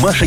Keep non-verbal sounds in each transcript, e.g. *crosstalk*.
Маша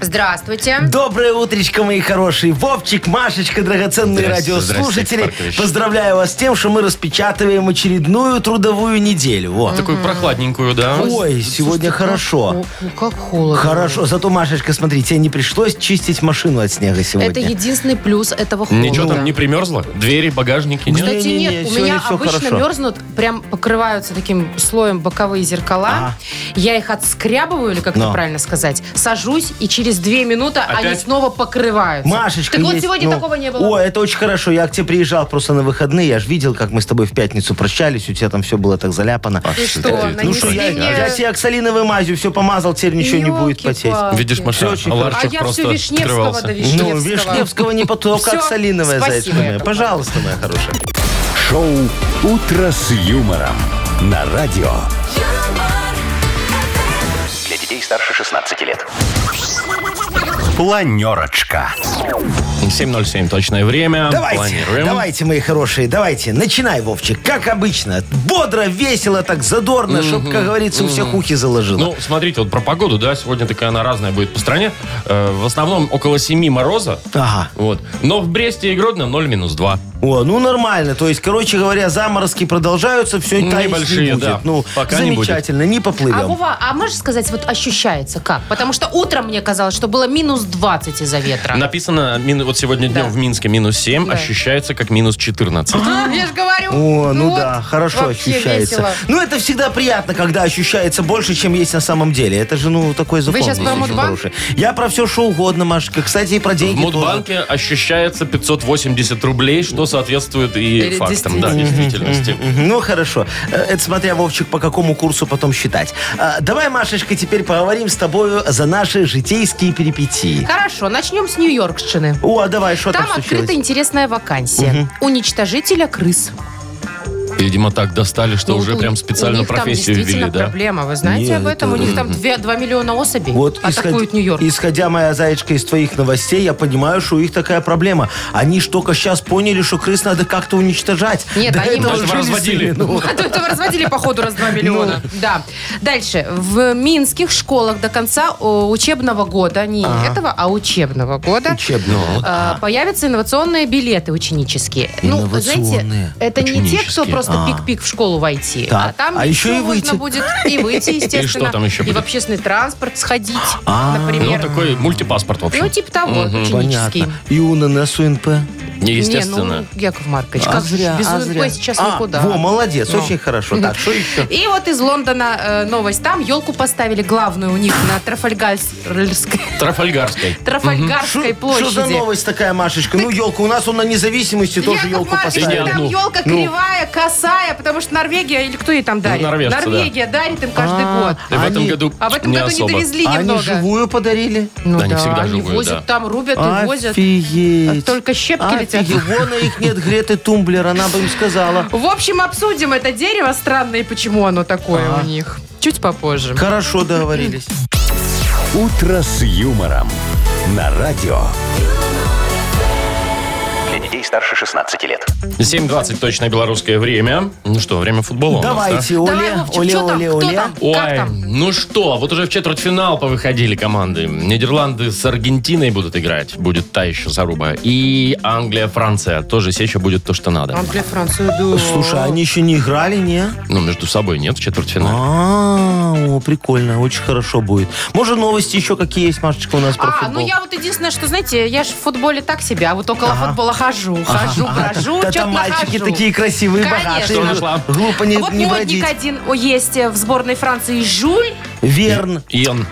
Здравствуйте. Доброе утречко, мои хорошие. Вовчик, Машечка, драгоценные Здрасте, здрасте, Яков радиослушатели. Маркович. Поздравляю вас с тем, что мы распечатываем очередную трудовую неделю. Вот. Такую прохладненькую, да? Ой, сегодня ну, ну, хорошо. О, как холодно. Хорошо. Зато, Машечка, смотри, тебе не пришлось чистить машину от снега ну. сегодня. Это единственный плюс этого холода. Ничего там не примерзло? Двери, багажники, нет? Кстати, Не-не-не, нет, у сегодня меня всё обычно хорошо. мерзнут, прям покрываются таким слоем боковые зеркала. Я их отскрябываю, или как это Но. правильно сказать, сажусь, и через две минуты они Опять? снова покрываются. Машечка, Так вот, есть, сегодня ну, такого не О, было. это очень хорошо. Я к тебе приезжал просто на выходные. Я же видел, как мы с тобой в пятницу прощались. У тебя там все было так заляпано. Ты что что, ты? нанесли ну что, я, мне я А тебе оксалиновой мазью все помазал, теперь ничего не будет потеть. ёлки-палки. Видишь, Маша, Всё очень Аларчик А я просто все Вишневского открывался. до Ну, Вишневского. Вишневского не потолка, Всё, оксалиновая, спасибо, зайчка моя. Яков Пожалуйста, моя хорошая. Шоу «Утро с юмором» на радио. Для детей старше 16 лет. Планерочка. 7.07 точное время. Давайте, Планируем. давайте, мои хорошие, давайте. Начинай, Вовчик, как обычно. Бодро, весело, так задорно, чтобы, как говорится, у всех ухи заложило. Ну, смотрите, вот про погоду, да, сегодня такая она разная будет по стране. Э, в основном около 7 мороза. Ага. Вот. Но в Бресте и Гродно 0 минус 2. О, ну нормально. То есть, короче говоря, заморозки продолжаются, все Ну, таять небольшие, не будет. да. Ну, Пока не будет. замечательно, не, поплывем. А, Вова, а можешь сказать, вот ощущается как? Потому что утром мне казалось, что было минус 20 из-за ветра. Написано, мин- вот сегодня днем Да. в Минске минус 7, Да. ощущается как минус 14. А, я же говорю. О, ну, вот, да, хорошо вообще ощущается. весело. Ну, это всегда приятно, когда ощущается больше, чем есть на самом деле. Это же, ну, такой закон. щас здесь про очень Мудбанк? хороший. Я про все что угодно, Машечка. Кстати, и про В деньги тоже. Мудбанке ощущается 580 рублей, что соответствует и Или фактам, да, Мгм, действительности. мгм. Ну, хорошо. Э, Это смотря, Вовчик, по какому курсу потом считать. А, Давай, Машечка, теперь поговорим с тобою за наши житейские перипетии. Хорошо, начнем с Нью-Йоркшины. О, а давай, что там, Там открыта случилось? интересная вакансия. Уничтожителя крыс. Видимо, так достали, что Ну, уже у- прям у специально них там профессию действительно ввели, да. проблема. Вы знаете Не, об этом? это- У них там 2 миллиона особей Вот атакуют исход- Нью-Йорк. исходя, моя заячка, из твоих новостей, я понимаю, что у них такая проблема. Они ж только сейчас поняли, что крыс надо как-то уничтожать. Нет, До они этого просто жили с разводили. ними, ну. А то этого разводили, походу, раз 2 миллиона. Да. Дальше. В минских школах до конца о, учебного года, не этого, а учебного года, Учебного. э, появятся инновационные билеты ученические. Ну, вы знаете, Инновационные, это не те, кто ученические. просто А. пик-пик в школу войти, а Так. там А еще и можно выйти. *laughs* будет и выйти, естественно. что там еще И будет? в общественный транспорт сходить, А, Ну, например. такой мультипаспорт, в Ну, общем. типа того, ученический. Понятно. И у ННС, УНП. Естественно. Не, ну, Яков Маркович, как же зря, без а УНП зря. сейчас А, никуда. Во, молодец, Ну. очень хорошо. Так, что еще? *laughs* И вот из Лондона э, новость. Там елку поставили главную у них на Трафальгарской, Трафальгарской. Трафальгарской площади. Что за новость такая, Машечка? Ну, елка, у нас он на независимости тоже Яков елку Маркович, И не поставили. Там одну. елка Ну. кривая, косая, потому что Норвегия, или кто ей там дарит? норвежцы, да. Норвегия дарит им каждый А, год. И в этом Они- году А в этом не году особо. не довезли А Они немного. живую подарили? Ну Да, они да, всегда они живую, возят, да. там рубят и возят. Офигеть. Только щепки летят. Офигеть. Вон их нет Греты Тумблер, она бы им сказала. В общем, обсудим это дерево странное и почему оно такое у них. Чуть попозже. Хорошо договорились. «Утро с юмором» на радио. Для детей старше 16 лет. 7.20 точно белорусское время. Ну что, время футбола у нас, да? Давайте, Давай, Оля, Вовчик, Оля, что там? Оля, Кто Оля. там? Как Ой, там? ну что, вот уже в четвертьфинал повыходили команды. Нидерланды с Аргентиной будут играть. Будет та еще заруба. И Англия, Франция. Тоже сеча будет то, что надо. Англия, Францию, да. Слушай, они еще не играли, не? Ну, между собой нет в четвертьфинале. А, о, прикольно, очень хорошо будет. Может, новости еще какие есть, Машечка, у нас про А, ну футбол? я вот единственное, что, знаете, я же в футболе так себе, а вот около футбола хожу, хожу, брожу, Да что-то там мальчики нахожу. такие красивые, Конечно. богатые. ну, Что нашла? Глупо не, вот не модник бродить. А. один о, есть э, в сборной Франции Жуль, Верн. Иэн.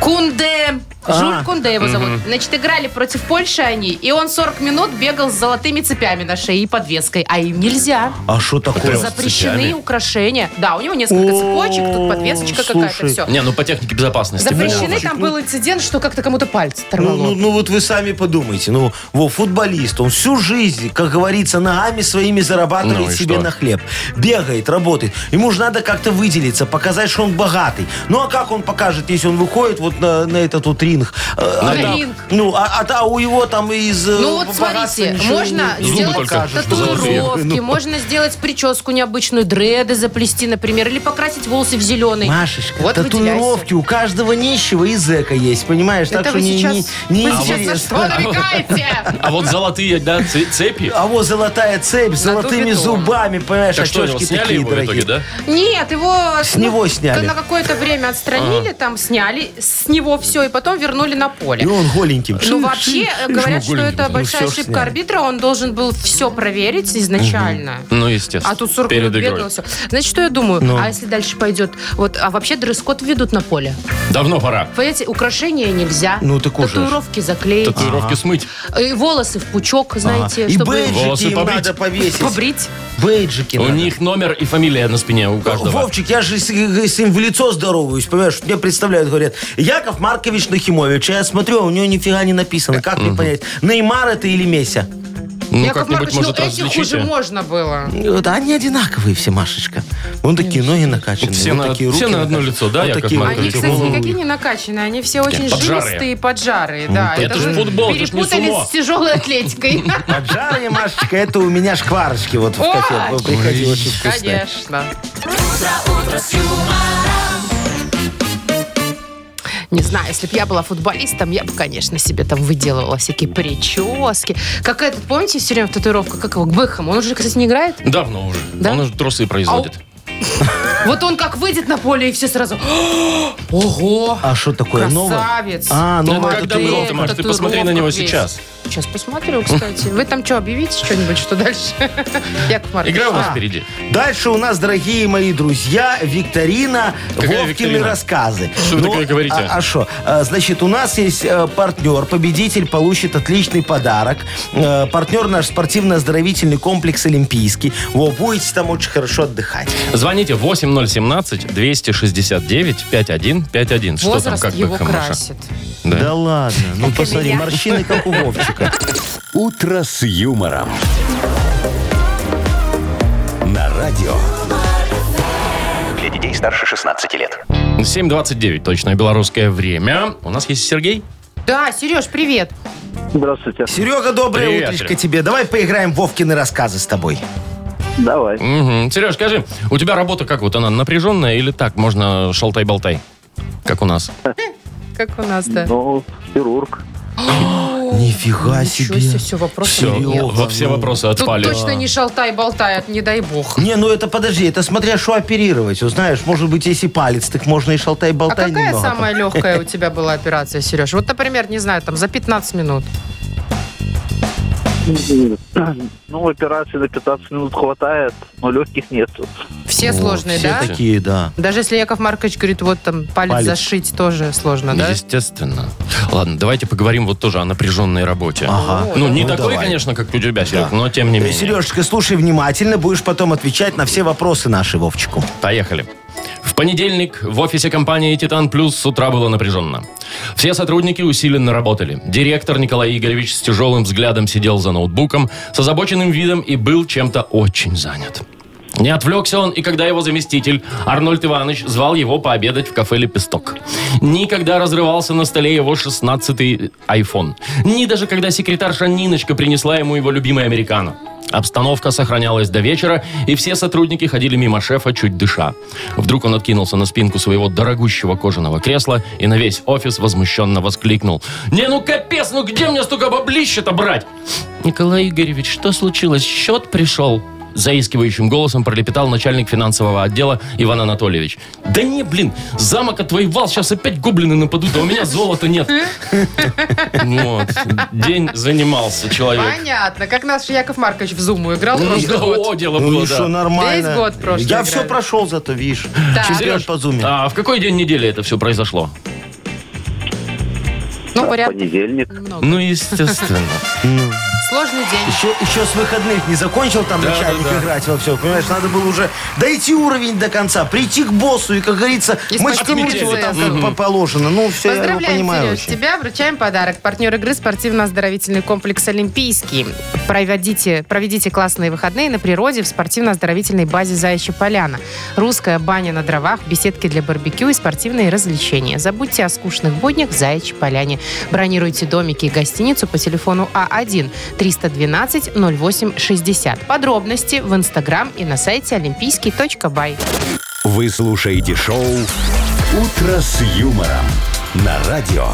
Кунде, А. Жуль Кунде его зовут. Значит, играли против Польши они, и он 40 минут бегал с золотыми цепями на шее и подвеской. А им нельзя. А что такое? Прям с цепями? Запрещены украшения. Да, у него несколько О, цепочек, тут подвесочка какая-то, слушай. все. Не, ну по технике безопасности. Запрещены, понятно. там был инцидент, что как-то кому-то пальцы Ну, оторвало. ну- ну вот вы сами подумайте. Ну, во, футболист, он всю жизнь, как говорится, ногами своими зарабатывает Ну и себе что? на хлеб. Бегает, работает. Ему же надо как-то выделиться, показать, что он богатый. Ну а как он покажет, если он выходит вот на, на этот вот ринг? Э, На а там- ринг. ну, а, а та- у его там из э, Ну вот богатства смотрите, ничего можно не- Ну. не Зубы сделать только покажешь, золотые. *laughs* татуировки, можно сделать прическу необычную, дреды заплести, например, или покрасить волосы в зеленый. Машечка, Вот татуировки у каждого нищего и зэка есть, понимаешь? Это так вы что не- сейчас, не, вы не сейчас на интересно. что *laughs* намекаете? А вот золотые, да, ц- цепи. А вот золотая цепь с На золотыми дубе-то. зубами, понимаешь, Так что, его очечки сняли такие его в итоге, дорогие. да? Нет, его... С ну, него сняли. На какое-то время А. отстранили, там сняли с него все, и потом вернули на поле. И он голеньким. Ну, Шиш, вообще, шиш, э, шиш. говорят, что голенький, это ну, большая всё ж ошибка сняли. арбитра. Он должен был все проверить изначально. Ну, естественно. А тут 40 Перед минут игрой. бегал, все. Значит, что я думаю? Ну. А если дальше пойдет? Вот, а вообще дресс-код введут на поле. Давно пора. Понимаете, украшения нельзя. Ну, так уже ж. Татуировки заклеить. А. Татуировки смыть. И волосы в пучок, знаете, И чтобы... бейджики Волосы им побрить. надо повесить. Побрить. Бейджики У надо. них номер и фамилия на спине у каждого. Вовчик, я же с, с ним в лицо здороваюсь, понимаешь? Мне представляют, говорят, Яков Маркович Нахимович. А Я смотрю, а у него нифига не написано. Как мне понять, Неймар это или Месси? Ну, Яков как-нибудь, Маркович, может, ну этих различите. уже можно было. Вот Они одинаковые все, Машечка. Вон такие ноги накачанные, Все вот на- такие руки все на одно накачанные. лицо, да, Вот Яков такие Маркович? Они, руки, кстати, головы. никакие не накачанные, они все очень поджарые. Ну, жилистые и поджарые. Да, Это же футбол, это ж не перепутали сумо. с тяжелой атлетикой. Поджарые, Машечка, это у меня шкварочки вот в Ой. кофе приходило очень вкусное. Конечно. Не знаю, если бы я была футболистом, я бы, конечно, себе там выделывала всякие прически. Как этот, помните, все время татуировка, как его, Бэхэм, он уже, кстати, не играет? Давно уже. Да? Он уже тросы производит. Вот он как выйдет на поле, и все сразу, «О, ого, А что такое? новое? красавец. А, Ну, ну, это это как давно ты, Маш, ты посмотри на него татуировка весь. сейчас. Сейчас посмотрю, кстати. Вы там что, объявите что-нибудь, что дальше? *laughs* Яков Маркович. Игра у нас А. впереди. Дальше у нас, дорогие мои друзья, викторина Какая Вовкины викторина? рассказы. Что вы такое говорите? А что? значит, у нас есть э, партнер, победитель получит отличный подарок. Э, партнер наш спортивно-оздоровительный комплекс «Олимпийский». Во, будете там очень хорошо отдыхать. Звоните 8017-269-5151. Что там, Возраст как его Бекхэм, Маша? красит. Да. ладно, ну посмотри, меня. морщины как у Вовчика. «Утро с юмором». На радио. Для детей старше 16 лет. 7.29, точное белорусское время. У нас есть Сергей. Да, Сереж, привет. Здравствуйте. Серега, доброе Привет, утречко Серег. тебе. Давай поиграем в Вовкины рассказы с тобой. Давай. Мгм. Сереж, скажи, у тебя работа как вот она напряженная или так можно шалтай-болтай? Как у нас. Как у нас, да? Ну, хирург. Нифига Ничего себе, все, вопросы Все, нет. Серега, во все ну. вопросы Тут отпали. точно не шалтай-болтай, не дай бог. Не, ну это подожди, это смотря что оперировать. Вот знаешь, может быть, если палец, так можно и А шалтай-болтай какая немного. самая легкая у тебя была операция, Сереж? Вот, например, не знаю, там за 15 минут. Ну, операции на 15 минут хватает, но легких нет. Все Вот, сложные, все да? такие, да. Даже если Яков Маркович говорит, вот там палец, Палец. зашить тоже сложно, да? Естественно. Ладно, давайте поговорим вот тоже о напряженной работе. Ага. Ну, не Ну, такой, давай. конечно, как у тебя, Серег, Да. Э, но тем не менее. Сережечка, слушай внимательно, будешь потом отвечать на все вопросы наши Вовчику. Поехали. В понедельник в офисе компании «Титан Плюс» с утра было напряженно. Все сотрудники усиленно работали. Директор Николай Игоревич с тяжелым взглядом сидел за ноутбуком, с озабоченным видом и был чем-то очень занят. Не отвлекся он, и когда его заместитель, Арнольд Иванович, звал его пообедать в кафе «Лепесток». Никогда разрывался на столе его 16-й iPhone. Ни даже когда секретарша Ниночка принесла ему его любимый американо. Обстановка сохранялась до вечера, и все сотрудники ходили мимо шефа, чуть дыша. Вдруг он откинулся на спинку своего дорогущего кожаного кресла и на весь офис возмущенно воскликнул. «Не, ну капец, ну где мне столько баблища-то брать?» «Николай Игоревич, что случилось? Счет пришел?» Заискивающим голосом пролепетал начальник финансового отдела Иван Анатольевич. «Да не, блин, замок отвоевал, сейчас опять гоблины нападут, а у меня золота нет». Вот, день занимался человек. Понятно. Как наш Яков Маркович в зуму играл Ну, прошлый год. О, дело Ну было, и что, да. нормально. Весь год прошлый Я играли. все прошел зато, видишь. Так. Чемпион Сереж, по зуме. А в какой день недели это все произошло? Ну, порядка Понедельник. много. Ну, естественно. Сложный день. Еще, еще с выходных не закончил там Да, начальник да, да. играть во все. Понимаешь, надо было уже дойти уровень до конца, прийти к боссу и, как говорится, И мочкануть спасти его там, Мгм. как по- положено. Ну, все, я его Поздравляем, понимаю. Сереж, очень. тебя вручаем подарок. Партнер игры спортивно-оздоровительный комплекс «Олимпийский». Проведите, проведите классные выходные на природе в спортивно-оздоровительной базе «Заячья поляна». Русская баня на дровах, беседки для барбекю и спортивные развлечения. Забудьте о скучных буднях в «Заячьей поляне». Бронируйте домики и гостиницу по телефону А А1-312-08-60. Подробности в Инстаграм и на сайте олимпийский.бай. Вы слушаете шоу «Утро с юмором» на радио.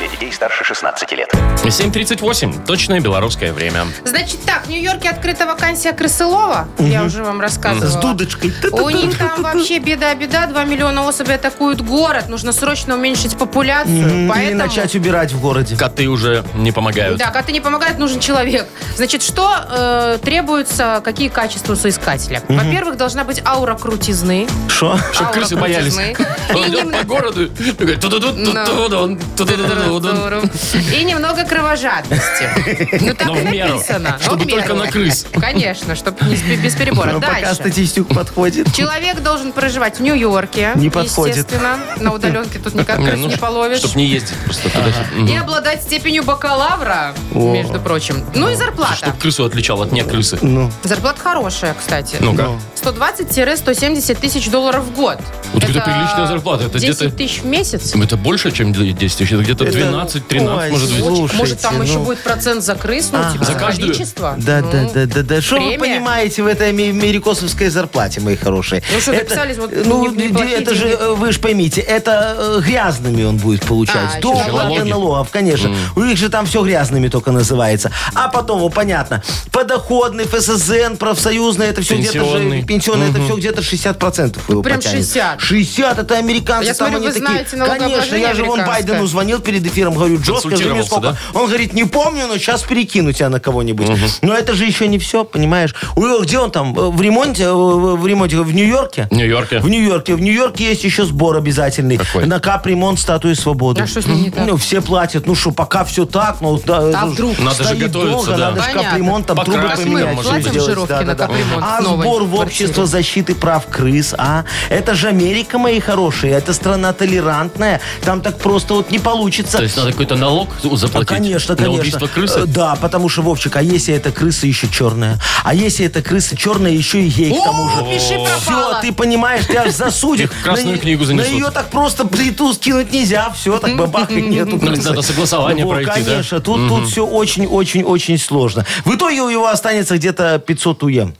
Для детей старше 16 лет. 7.38. Точное белорусское время. Значит так, в Нью-Йорке открыта вакансия Крысылова. Я уже вам рассказывала. С дудочкой. У них там вообще беда-беда. 2 миллиона особей атакуют город. Нужно срочно уменьшить популяцию. М, Или Поэтому... начать убирать в городе. Коты уже не помогают. Да, коты не помогают, нужен человек. Значит, что э, требуется, какие качества у соискателя? Во-первых, должна быть аура крутизны. Что? Чтоб Аура крысы боялись. крутизны. *laughs* Он И идет немного- по городу и говорит, «Ту-ду-ду, ту-ду-ду-ду, ту-ду-ду-ду-ду». И немного кровожадности. Ну, так Но и в меру. написано. Но Чтобы в меру. только на крыс. Конечно, чтобы без перебора. Ну, Пока Дальше. статистику подходит. Человек должен проживать в Нью-Йорке. Не подходит. Естественно, на удаленке тут никак Не, крыс ну, не половишь. Чтоб не ездить просто туда-сюда. Мгм. И обладать степенью бакалавра, О. между прочим. Ну и зарплата. Чтоб крысу отличал от не крысы. Ну, Зарплата хорошая, кстати. Ну-ка. 120-170 тысяч долларов в год. Вот это приличная зарплата, это 10 где-то- тысяч в месяц. Это больше, чем 10 тысяч. Это где-то Это- 12-13, Ой, может быть. слушай. Слушайте, Может, там ну. еще будет процент за крыс, ну, типа, Ага. за За каждую? количество. да, Ну, да, да, да, да. Что вы премия. понимаете в этой ми- мирикосовской зарплате, мои хорошие? Ну что, записались вот ну, не- где- неплохие это же, деньги. э, вы же поймите, это э, грязными он будет А, получать. До еще оплаты налоги. налогов, конечно. У них же там все грязными только называется. А потом, вот понятно, подоходный, ФСЗН, профсоюзный, это все где-то Пенсионный. же, пенсионный, это все где-то 60% его Ну, прям потянет. 60. 60, это американцы, Я там смотрю, они вы такие. знаете конечно, я же вон налогообложение Байдену звонил перед эфиром, говорю, Джо, скажи мне Консультировался, сколько. да? Он говорит, не помню, но сейчас перекину тебя на кого-нибудь. Но это же еще не все, понимаешь? У него- где он там? Э, В ремонте? Э, В ремонте? В Нью-Йорке? В Нью-Йорке. В Нью-Йорке. В Нью-Йорке есть еще сбор обязательный. Какой? На капремонт статуи свободы. А что с ним не так? Ну, все платят. Ну что, пока все так, ну да, А ну, вдруг? Надо же стоит готовиться, долго, да. Надо же Понятно. капремонт, там трубы Покрасить, поменять. может быть. что-то Платим сделать, жировки да, на да, да. капремонт А новой сбор в квартиры. общество защиты прав крыс, а? Это же Америка, мои хорошие. Это страна толерантная. Там так просто вот не получится. То есть надо какой-то налог А, заплатить Конечно, на конечно. убийство Э, крысы? Да, потому что, Вовчик, а если это крыса еще черная? А если это крыса черная, еще и гей к тому же? пиши пропало. Все, а ты понимаешь, тебя аж *laughs* засудят. Их в красную На не- книгу занесут. На ее так просто плиту скинуть нельзя. *laughs* Все, так бабах и нету Надо крысы. согласование Ну, пройти, да? Конечно, тут, тут все очень-очень-очень сложно. В итоге у него останется где-то 500 уем.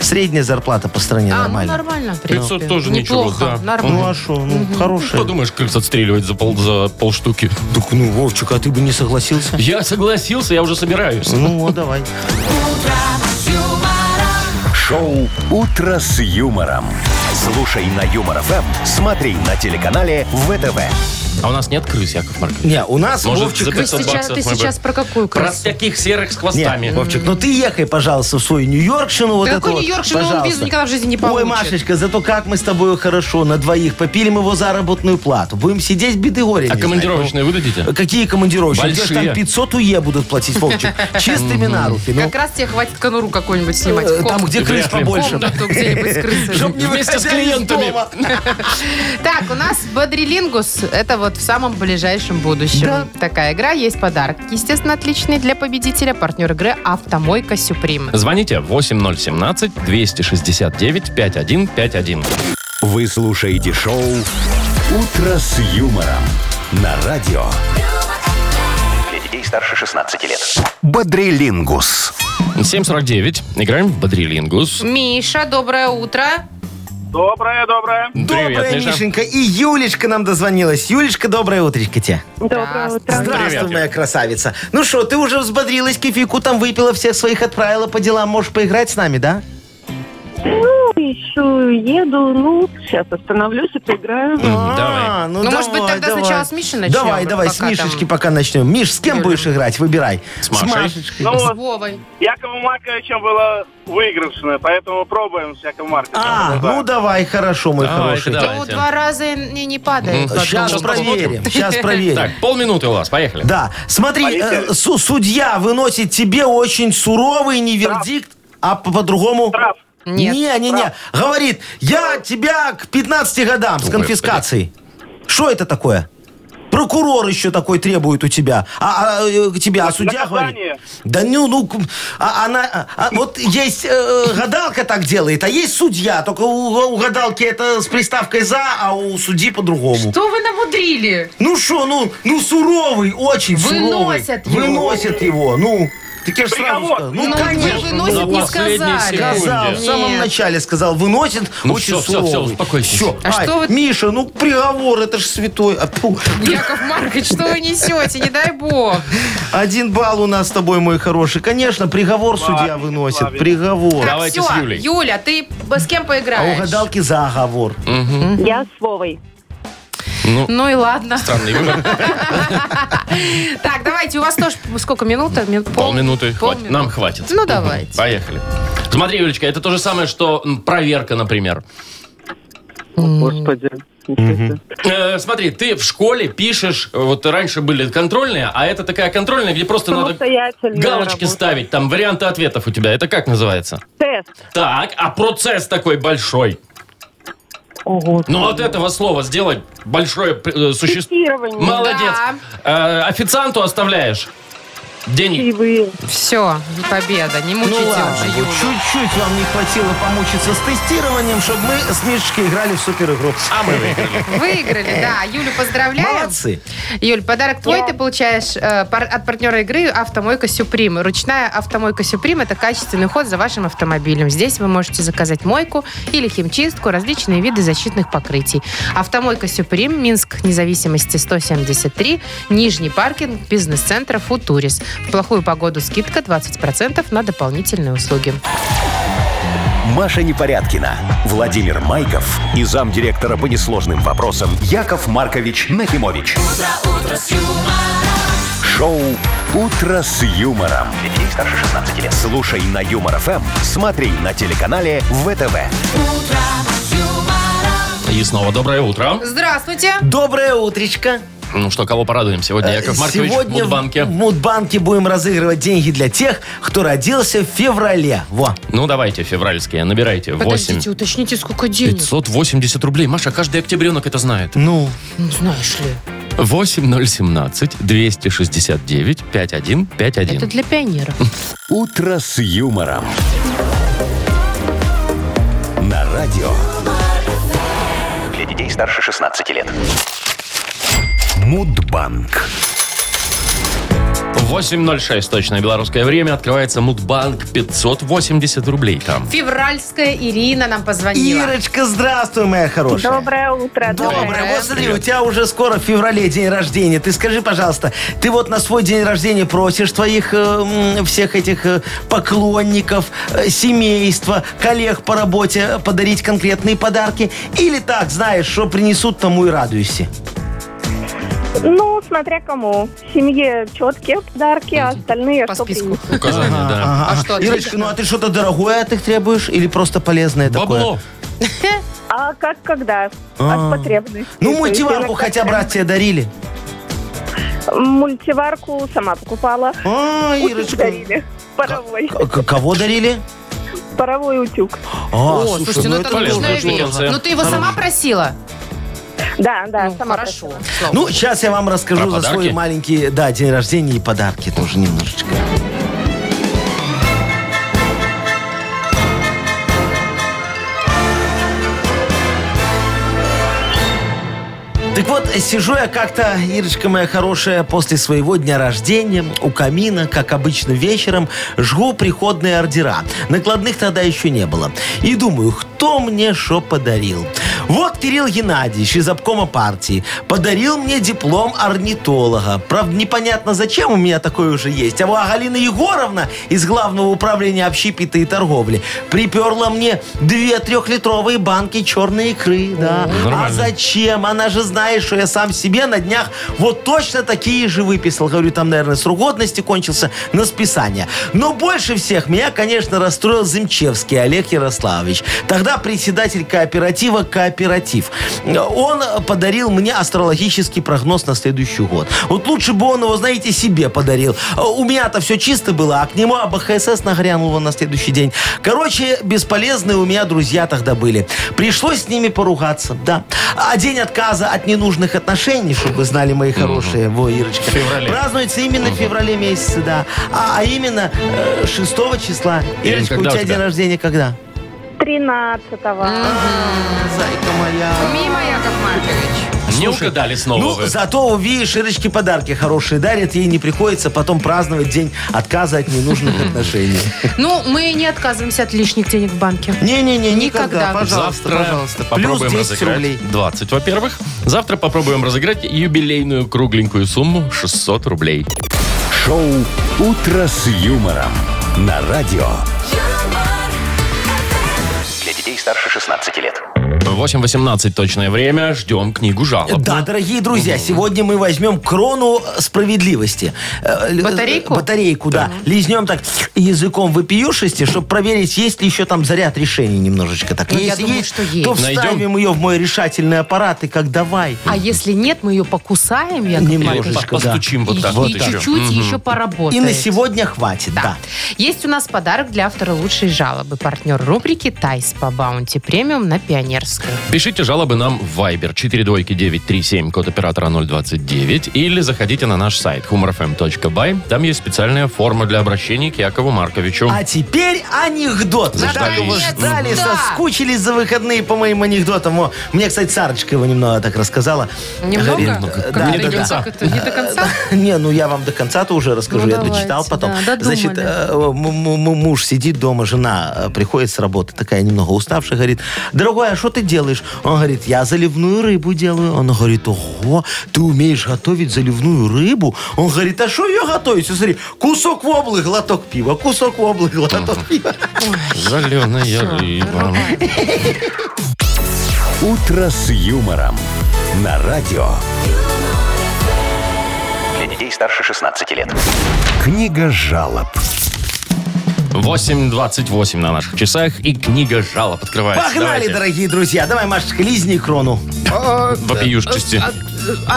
Средняя зарплата по стране А, ну нормально. нормально, в принципе. 500 тоже ничего, Неплохо, да. Ну а нормально. что, ну хорошая. Подумаешь, крыс отстреливать за, пол, за полштуки. Так, ну, Вовчик, а ты бы *laughs* не согласился? Я согласился, я уже собираюсь. Ну, вот, давай. Шоу «Утро с юмором». Слушай на Юмор ФМ, смотри на телеканале ВТВ. А у нас нет крыс, Яков Маркович? Не, у нас, Может, Вовчик, за Вы 500 сейчас, баксов ты мы бы- сейчас про какую Про крысу? таких серых с Не, хвостами. Вовчик, ну ты ехай, пожалуйста, в свою Нью-Йоркшину. Вот Да эту какой вот, Нью-Йоркшину? Он пожалуйста. визу никогда в жизни не получит. Ой, Машечка, зато как мы с тобой хорошо на двоих попилим его заработную плату. Будем сидеть, беды горе не а знать. командировочные выдадите? Ну, Какие командировочные? Где ж Большие. там 500 уе будут платить, *laughs* Вовчик? Чистыми на руки. ну. Как раз тебе хватит конуру какую-нибудь снимать. Э, Комнату. Там, где крыс Вряд ли. побольше. Комнату где-нибудь с крысой. Чтоб не Вместе с выходя из клиентами. дома. Так, у нас Бодрилингус. Это вот в самом ближайшем будущем. Такая игра, есть подарок. Естественно, отличный для победителя. Партнер игры «Автомойка Сюприм». Звоните 8017-269-5151. Вы слушаете шоу «Утро с юмором» на радио Для детей старше 16 лет. «Бодрилингус». 749. Играем в Бодрилингус. Миша, доброе утро. Доброе, доброе. Привет, Добрая, Миша. Мишенька. И Юлечка нам дозвонилась. Юлечка, доброе утречко тебе. Доброе утро. Здравствуй, Привет, моя красавица. Ну что, ты уже взбодрилась, кофейку там выпила, всех своих отправила по делам. Можешь поиграть с нами, да? Ну, еще еду. Ну, сейчас остановлюсь и поиграю. М, Давай. А, Ну, может быть, давай, тогда давай. сначала с Мишей начнем. Давай, давай, с пока Мишечки там- пока начнем. Миш, с кем Юля. будешь играть? Выбирай. С Машей. Ну, Машечкой. С Вовой. Якову Марковичем было выигрышно, поэтому пробуем с Яковом Марковичем. А, ну давай, хорошо, мой Давайте, хороший. да. То Давайте. Ну, два раза не, не падает. в Сейчас одном. *laughs* проверим, сейчас проверим. Так, полминуты у вас, поехали. Да, смотри, э, су- судья выносит тебе очень суровый не вердикт, а по- по-другому... Штраф. Нет. Не, не, не. Говорит, я тебя к 15 годам с Ой, конфискацией. Что это такое? Прокурор еще такой требует у тебя. А, а, э, к тебе, Ну, а судья Наказание. говорит. Да ну, ну, к- а, она, а, а, вот есть э, гадалка так делает, а есть судья. Только у, у гадалки это с приставкой за, а у судьи по-другому. Что вы намудрили? Ну что, ну, ну суровый, очень суровый. Выносят его. Выносят его, ну. Ты конечно сразу Приговор. сказал. Ну, конечно. вы выносит, На не последней сказали. секунде. Сказал, Нет. в самом начале сказал, выносит Ну очень всё, всё, всё, суровый. успокойтесь. Всё. А Ай, что вы- Миша, ну приговор, это ж святой. А, фу. Яков Маркович, что вы несете? Не дай бог. Один балл у нас с тобой, мой хороший. Конечно, приговор судья выносит. Приговор. Так, Давайте всё. с Юлей. Юля, ты с кем А у поиграешь? гадалки заговор. Я с Вовой. Ну и ладно. Странный выбор. Так, давайте, у вас тоже сколько минут? Минут пол- Полминуты. хватит. полминуты. Нам хватит. Ну, давайте. Поехали. Смотри, Юлечка, это то же самое, что м, проверка, например. Господи. Э, смотри, ты в школе пишешь, э, вот раньше были контрольные, а это такая контрольная, где просто надо Самостоятельная галочки работа. ставить, там варианты ответов у тебя. Это как называется? Тест. Так, а процесс такой большой. Ого. Ну от этого слова сделай большое э, существо. Тестирование. Молодец. Э, официанту оставляешь денег. Чаевые. Все, победа. Ну Не мучите уже ладно, Юлю. чуть-чуть вам не хватило помучиться с тестированием, чтобы мы с Мишечкой играли в супер игру. А мы выиграли. Выиграли, да. Юлю поздравляем. Молодцы. Юль, подарок твой ты получаешь э, пар- от партнера игры «Автомойка Сюприм». Ручная «Автомойка Сюприм» — это качественный ход за вашим автомобилем. Здесь вы можете заказать мойку или химчистку, различные виды защитных покрытий. «Автомойка Сюприм», Минск, независимости 173, Нижний паркинг, бизнес-центр «Футурис». В плохую погоду скидка 20% на дополнительные услуги. Маша Непорядкина, Владимир Майков и замдиректора по несложным вопросам Яков Маркович Нахимович. Шоу Утро с юмором. Для детей старше 16 лет. Слушай на юмор ФМ, смотри на телеканале ВТВ. И снова доброе утро. Здравствуйте! Доброе утречко. Ну что, кого порадуем сегодня? Яков Маркович Э, Сегодня в Мудбанке. в Мудбанке будем разыгрывать деньги для тех, кто родился в феврале. Во. Ну давайте, февральские, набирайте. 8. Подождите, уточните, сколько денег. 580 рублей. Маша, каждый октябренок это знает. Ну, Ну, знаешь ли. 8017 269 5151. Это для пионеров. Утро с юмором. На радио Для детей старше 16 лет. Мудбанк. 8.06 точное белорусское время. Открывается Мудбанк 580 рублей там. Февральская Ирина нам позвонила. Ирочка, здравствуй, моя хорошая. Доброе утро. Доброе. Доброе. Вот смотри, у тебя уже скоро в феврале день рождения. Ты скажи, пожалуйста, ты вот на свой день рождения просишь твоих э, м, всех этих э, поклонников, э, семейства, коллег по работе подарить конкретные подарки? Или так, знаешь, что принесут, тому и радуйся? Ну, смотря кому. Семье четкие подарки, а остальные По что списку. принесут. Указание, да. Ага. А что, ты- Ирочка, ну а ты что-то дорогое от их требуешь или просто полезное такое? Бабло. А как когда? А. От потребности. Ну, То есть мультиварку иногда хотя бы раз тебе дарили. Мультиварку сама покупала. А, Утюг Ирочка. дарили. Паровой. К- к- Кого дарили? Паровой утюг. А, О, слушайте, ну это полезная нужная вещь. штукенция. Ну ты его сама просила? Да, да, Ну, сама хорошо. просила. Слава Ну, богу. сейчас я вам расскажу Про за подарки? свой маленький, да, день рождения и подарки тоже немножечко. Так вот, сижу я как-то, Ирочка моя хорошая, после своего дня рождения у камина, как обычно вечером, жгу приходные ордера. Накладных тогда еще не было. И думаю, кто мне что подарил. Вот Кирилл Геннадьевич из обкома партии подарил мне диплом орнитолога. Правда, непонятно, зачем у меня такой уже есть. А вот Галина Егоровна из Главного управления общепита и торговли приперла мне две трехлитровые банки черной икры. Да. А нормально. зачем? Она же знает, что я сам себе на днях вот точно такие же выписал. Говорю, там, наверное, срок годности кончился на списание. Но больше всех меня, конечно, расстроил Зымчевский Олег Ярославович. Тогда председатель кооператива «Кооператив». Он подарил мне астрологический прогноз на следующий год. Вот лучше бы он его, знаете, себе подарил. У меня-то все чисто было, а к нему АБХСС нагрянуло на следующий день. Короче, бесполезные у меня друзья тогда были. Пришлось с ними поругаться, да. А день отказа от ненужных отношений, чтобы вы знали, мои хорошие, во, Ирочка. феврале. Празднуется именно в феврале месяце, да. А, а именно 6 числа. Ирин, Ирочка, у когда у тебя тебя? день рождения когда? 13-го. Зайка моя. Мимо, Яков Маркович. Не угадали снова Ну, вы. зато увидишь, Ирочке подарки хорошие дарят, ей не приходится потом праздновать день отказа от ненужных отношений. Ну, мы не отказываемся от лишних денег в банке. Не-не-не, Никогда. никогда, пожалуйста, завтра пожалуйста. Плюс попробуем 10 разыграть рублей. 20, во-первых. Завтра попробуем разыграть юбилейную кругленькую сумму 600 рублей. Шоу «Утро с юмором» на радио. Для детей старше 16 лет. 8.18 точное время. Ждем книгу жалоб. Да, дорогие друзья, сегодня мы возьмем крону справедливости. Э, л- Батарейку? Батарейку, да. Лизнем так языком вопиюшести, чтобы проверить, есть ли еще там заряд решений немножечко. Так, Ну, я Если думаю, что есть. то Найдем? вставим ее в мой решательный аппарат и как давай. А если нет, мы ее покусаем, Яков Немножечко, Маркович. По- Постучим вот и, так и вот еще. чуть-чуть еще поработаем. И на сегодня хватит, да. Есть у нас подарок для автора лучшей жалобы. Партнер рубрики «Тайс по баунти премиум» на Пионерской. Пишите жалобы нам в Viber 42937, код оператора 029, или заходите на наш сайт humorfm.by. Там есть специальная форма для обращения к Якову Марковичу. А теперь анекдот. Вы так его Наконец-то! ждали, соскучились за выходные по моим анекдотам. О, мне, кстати, Сарочка его немного так рассказала. Немного? Говорит, Ну, как- да, не до да, конца. Как это, не до конца? *laughs* Не, ну я вам до конца-то уже расскажу, Ну, я давайте, дочитал потом. да, додумали. Значит, э, м- м- м- муж сидит дома, жена э, приходит с работы, такая немного уставшая, говорит, дорогой, а что ты делаешь? Он говорит, я заливную рыбу делаю. Он говорит, ого, ты умеешь готовить заливную рыбу? Он говорит, а что ее готовить? Смотри, кусок воблы, глоток пива, кусок воблы, глоток пива. Зеленая рыба. «Утро с юмором» на радио. Для детей старше 16 лет. Книга жалоб. 8.28 на наших часах, и книга жалоб открывается. Погнали, Давайте. дорогие друзья. Давай, Машечка, лизни крону. Вопиюш части. А,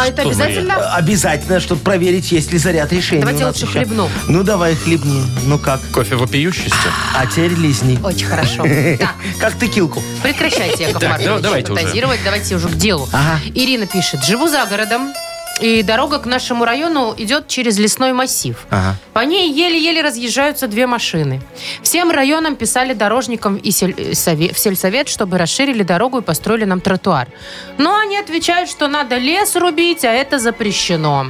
а это Что, Э, обязательно? Обязательно, чтобы проверить, есть ли заряд решения. Давайте у нас лучше еще. хлебну. Ну давай, хлебни. Ну как? Кофе вопиющести? А теперь лизни. Очень хорошо. Так, *laughs* Как текилку. прекращайте, Яков Так, да- Маркович, давайте уже. фантазировать. Давайте уже к делу. Ага. Ирина пишет. Живу за городом. И дорога к нашему району идет через лесной массив. Ага. По ней еле-еле разъезжаются две машины. Всем районам писали дорожникам и сель- э, сове- в сельсовет, чтобы расширили дорогу и построили нам тротуар. Но они отвечают, что надо лес рубить, а это запрещено.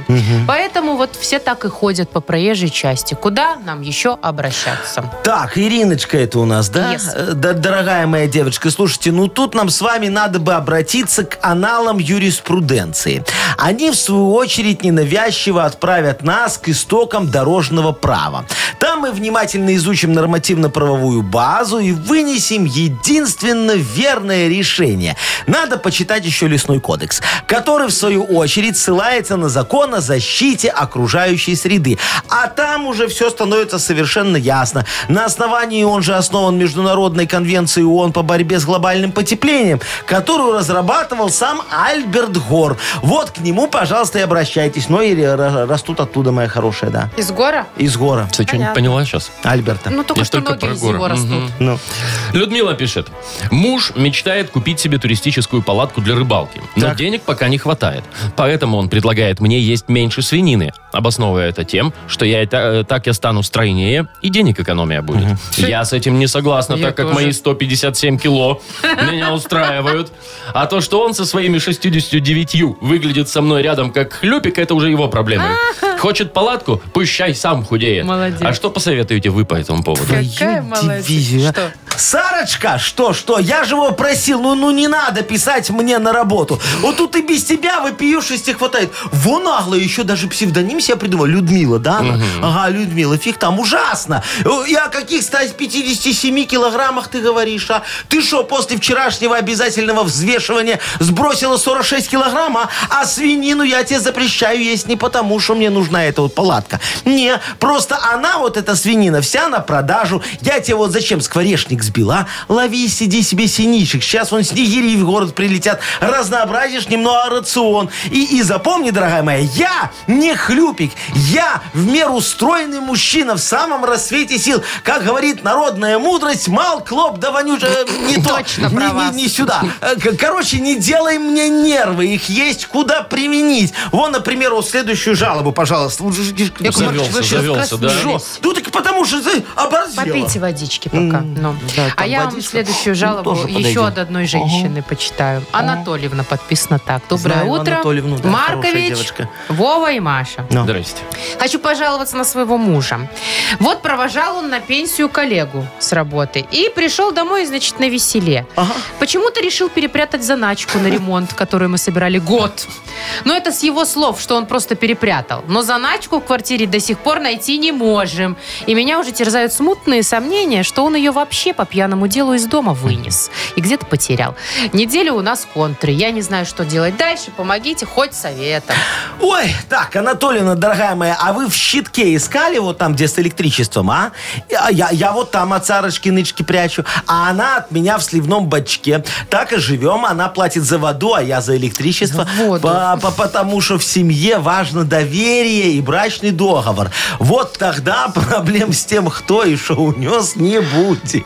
Поэтому вот все так и ходят по проезжей части. Куда нам еще обращаться? Так, Ириночка это у нас, да? Yes. Э, да, Дорогая моя девочка, слушайте, ну тут нам с вами надо бы обратиться к аналам юриспруденции. Они, в свою очередь, ненавязчиво отправят нас к истокам дорожного права. Там мы внимательно изучим нормативно-правовую базу и вынесем единственно верное решение. Надо почитать еще Лесной кодекс, который, в свою очередь, ссылается на закон о защите окружающей среды. А там уже все становится совершенно ясно. На основании он же основан Международной конвенцией ООН по борьбе с глобальным потеплением, которую разрабатывал сам Альберт Гор. Вот к нему, пожалуйста, и обращайтесь. Но и ра- растут оттуда, моя хорошая, да. Из гора? Из Гора. Ты что, не поняла сейчас? Альберта. Ну, только Я что только ноги про из горы. него растут. Мгм. Ну. Людмила пишет. Муж мечтает купить себе туристическую палатку для рыбалки, но денег пока не хватает. Поэтому он предлагает мне есть меньше свинины, обосновывая это тем, что я и та- э, так я стану стройнее и денег экономия будет. Я с этим не согласна, Я так как тоже. мои 157 кило меня устраивают. А то, *laughs* что он со своими 69 выглядит со мной рядом как хлюпик, это уже его проблемы. Хочет палатку? Пущай сам худеет. Молодец. А что посоветуете вы по этому поводу? Какая Твою молодец. дивизию, а. Что? Сарочка, что, что? Я же его просил, ну, ну не надо писать мне на работу. Вот тут и без тебя вопиюшести хватает. Во нагло, еще даже псевдоним себе придумал. Людмила, да? она? Ага, Людмила, фиг там, ужасно. Э, И о каких 157 килограммах ты говоришь, а? Ты что, после вчерашнего обязательного взвешивания сбросила 46 килограмм, а? А свинину я тебе запрещаю есть не потому, что мне нужна эта вот палатка. Не, просто она, вот эта свинина, вся на продажу. Я тебе вот зачем скворечник сбила? Лови, сиди себе синичек. Сейчас вон снегири в город прилетят. Разнообразишь немного рацион. И, и запомни, дорогая моя, я не хлюпик. Я в меру стройный мужчина в самом рассвете сил. Как говорит народная мудрость, мал клоп да вонюш... э, Не то, Точно не- права. не- не сюда. Э, к- Короче, не делай мне нервы. Их есть куда применить. Вон, например, вот следующую жалобу, пожалуйста. Уже ж- Яков завел. Маркович, вы Завелся, что, завелся, да. Жо. раскраснелись? Ну так потому что ты оборзела. Попейте водички пока. ну. да, там а я вам водичка. следующую Ну, жалобу тоже еще подойдет. от одной женщины почитаю. Анатольевна подписана так. Доброе Знаю утро. Анатольевну, да, хорошая Маркович, девочка. Вова и Маша. Ну. Здрасте. Хочу пожаловаться на своего мужа. Вот провожал он на пенсию коллегу с работы и пришел домой, значит, на веселе. Ага. Почему-то решил перепрятать заначку на ремонт, которую мы собирали год. Но это с его слов, что он просто перепрятал. Но заначку в квартире до сих пор найти не можем. И меня уже терзают смутные сомнения, что он ее вообще по пьяному делу из дома вынес. И где-то потерял. Неделю у нас контры. Я не знаю, что делать дальше. Помогите хоть советом. Ой, так, Анатольевна, дорогая моя, а вы в щитке искали вот там, где с электричеством, а? Я, я- я вот там от Сарочки нычки прячу, а она от меня в сливном бачке. Так и живем, она платит за воду, а я за электричество. За воду. По- по- потому что в семье важно доверие и брачный договор. Вот тогда *laughs* проблем с тем, кто и что унес, не будет.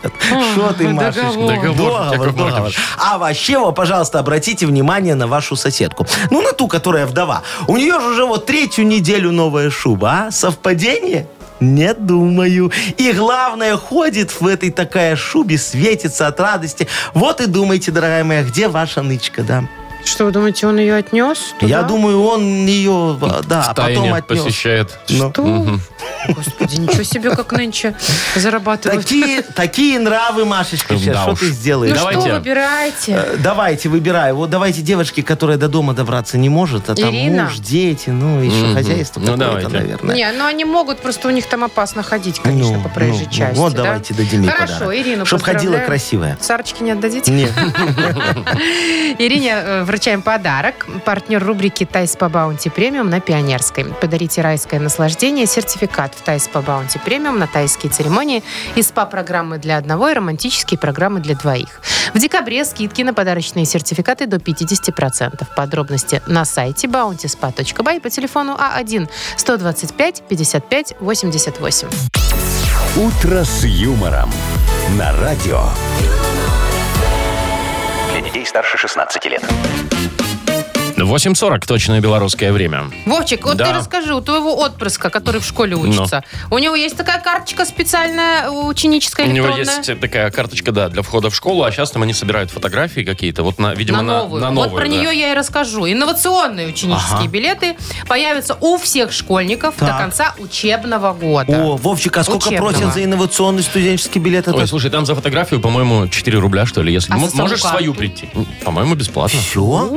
Что ты, договор. Машечка? Договор, Яков Маркович. А вообще, вот, пожалуйста, обратите внимание на вашу соседку. Ну, на ту, которая вдова. У нее же уже вот третью неделю новая шуба, а? Совпадение? Не думаю. И главное, ходит в этой такая шубе, светится от радости. Вот и думайте, дорогая моя, где ваша нычка, да? Что, вы думаете, он ее отнес? Я думаю, он ее, а, да, В потом тайне отнес. посещает. Ну. Что? Господи, ничего себе, как нынче зарабатывают. Такие, такие нравы, Машечка, сейчас, Да что уж. ты Ну сделаешь? Давайте. что выбираете? Э, Давайте, выбирай. Вот давайте девочки, которая до дома добраться не может, а там Ирина? муж, дети, ну, еще Мгм. хозяйство Ну, какое-то, давайте. наверное. Не, ну они могут, просто у них там опасно ходить, конечно, Ну, по проезжей ну, части. Вот да? давайте дадим ей Хорошо, подарок. Ирину Чтоб ходила поздравляем. *laughs* красивая. Сарочки не отдадите? Нет. Ирине э, вручаем подарок. Партнер рубрики «Тайс по баунти премиум» на Пионерской. Подарите райское наслаждение, сертификат в «Тайс по баунти премиум» на тайские церемонии и СПА-программы для одного и романтические программы для двоих. В декабре скидки на подарочные сертификаты до 50%. Подробности на сайте bountyspa.by по телефону А А1-125-55-88. «Утро с юмором» на радио. Для детей старше 16 лет. 8.40 точное белорусское время. Вовчик, вот Да. ты расскажи, у твоего отпрыска, который в школе учится, у него есть такая карточка специальная, э, ученическая У него электронная? есть такая карточка, да, для входа в школу, а сейчас там они собирают фотографии какие-то, вот, на, видимо, на новую. вот про да. нее я и расскажу. Инновационные ученические Ага. билеты появятся у всех школьников до Так. конца учебного года. О, Вовчик, а сколько Учебного. просят за инновационный студенческий билет? Ой, слушай, там за фотографию, по-моему, 4 рубля, что ли, если... А М- со можешь станка? свою прийти? М, По-моему, бесплатно. Все? О,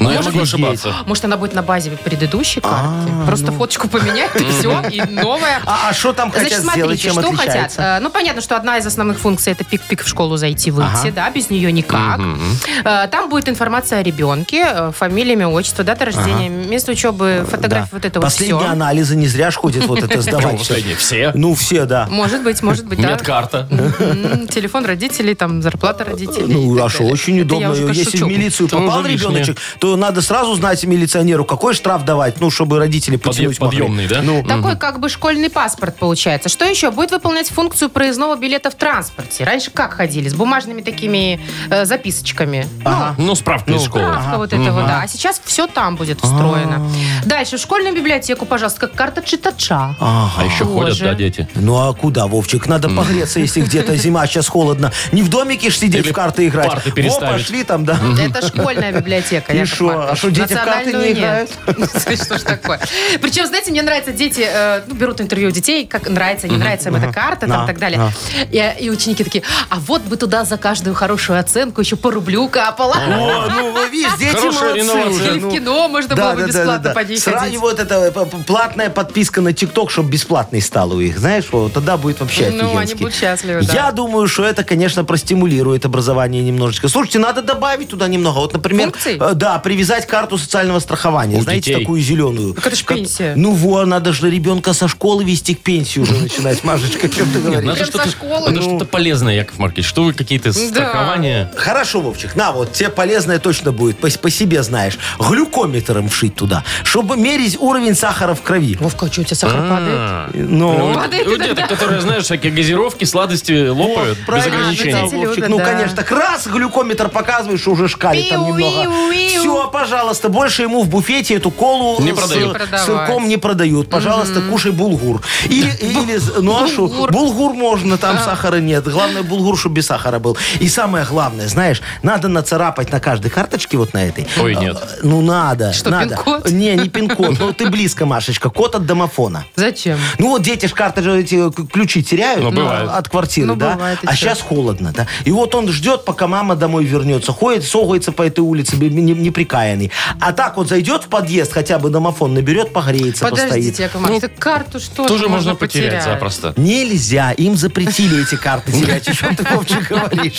Но Ну, я Может, могу есть. ошибаться. Может, она будет на базе предыдущей карты? А, Просто фоточку поменять, и все, и новая. А что там хотят Значит, сделать, смотрите, чем что хотят. отличается? Э, Ну, понятно, что одна из основных функций это пик-пик в школу зайти, выйти, Ага. да, без нее никак. Э, Там будет информация о ребенке, э, фамилиями, отчество, дата рождения, место учебы, фотографии, Э, Да. вот это Последние вот все. анализы не зря ж *laughs* ходят вот это Почему сдавать. последние? Все? Ну, все, да. Может быть, может быть, да. Медкарта. М, Телефон родителей, там, зарплата родителей. и Ну, так а что, далее. очень Это я удобно. уже как Если шучу. в милицию Это попал уже лишнее. ребеночек, то надо сразу знать милиционеру, какой штраф давать, ну, чтобы родители Подъем- потянуть могли. подъемный, да? Ну, Такой как бы школьный паспорт получается. Что еще? Будет выполнять функцию проездного билета в транспорте. Раньше как ходили? С бумажными такими э, записочками. ага. Ну, справка из школы. Справка вот этого, да. А сейчас все там будет встроено. А. Дальше, в школьную библиотеку, пожалуйста, как карта читача. А еще Тоже. ходят, да, дети? Ну а куда, Вовчик? Надо погреться, если *laughs* где-то зима, сейчас холодно. Не в домике ж сидеть Или в карты играть. парты Во, переставить. пошли там, да. Это школьная библиотека. *laughs* И Яков шо? Маркович. А что, дети в карты не Национальную играют? *laughs* нет. Ну, Что ж такое? Причем, знаете, мне нравится, дети э, ну, берут интервью у детей, как нравится, не нравится им эта карта, там, Да, так далее. И и ученики такие, а вот бы туда за каждую хорошую оценку еще по рублю капало. О, ну, вы видишь, дети Хорошая молодцы инновация. уже. Или в ну. кино можно было бы бесплатно по ней Сразу ходить. вот это п- п- платная подписка на ТикТок, чтобы бесплатной стала у их, знаешь, вот тогда будет вообще Ну, они офигенски. будут счастливы, да. Я думаю, что это, конечно, простимулирует образование немножечко. Слушайте, надо добавить туда немного. Вот, например, Функций? э, да, привязать карту социального страхования. У Знаете, детей. такую зеленую. Так это ж Как- пенсия. Ну вот, надо же ребенка со школы вести к пенсии уже *laughs* начинать, Машечка, что ты говоришь? Надо Прям что-то со школы. надо Ну. что-то полезное, Яков Маркович. Что вы какие-то страхования? Хорошо, Вовчик, на вот, тебе полезное точно будет, по, по себе знаешь. Глюкометром вшить туда, чтобы мерить уровень сахара в крови. Вовка, а что у тебя сахар падает? А. Ну, Падает У иногда. деток, которые, знаешь, всякие газировки, сладости лопают без правильно сказал, ограничений. Дети Вовчик. любят, Ну, да. конечно, так раз глюкометр показываешь, уже шкалит там Пиу, немного. иу, иу. Все, пожалуйста, больше ему в буфете эту колу Не с продают. Продавать. сырком не продают. Пожалуйста, кушай булгур. Или, или с- ну, а шо? Булгур. булгур можно, там сахара нет. Главное, булгур, чтобы без сахара был. И самое главное, знаешь, надо нацарапать на каждой карточке вот на этой. Ой, нет. э, Ну, надо, Что, надо. пин-код? Не, не пин-код. Ну, ты близко, Машечка. Код от домофона. Зачем? Ну вот дети ж карты же эти э, к- ключи теряют Ну, ну, бывает. от квартиры, Ну, да? бывает, и а чё? сейчас холодно, да? И вот он ждет, пока мама домой вернется. Ходит, согается по этой улице, бе- не- неприкаянный. А так вот зайдет в подъезд, хотя бы домофон наберет, погреется, постоит. Ну, Подождите, Яков Маркович, так карту что Тоже можно потерять запросто. Нельзя, им запретили эти карты терять. О чем ты, *laughs* Вовчик, говоришь?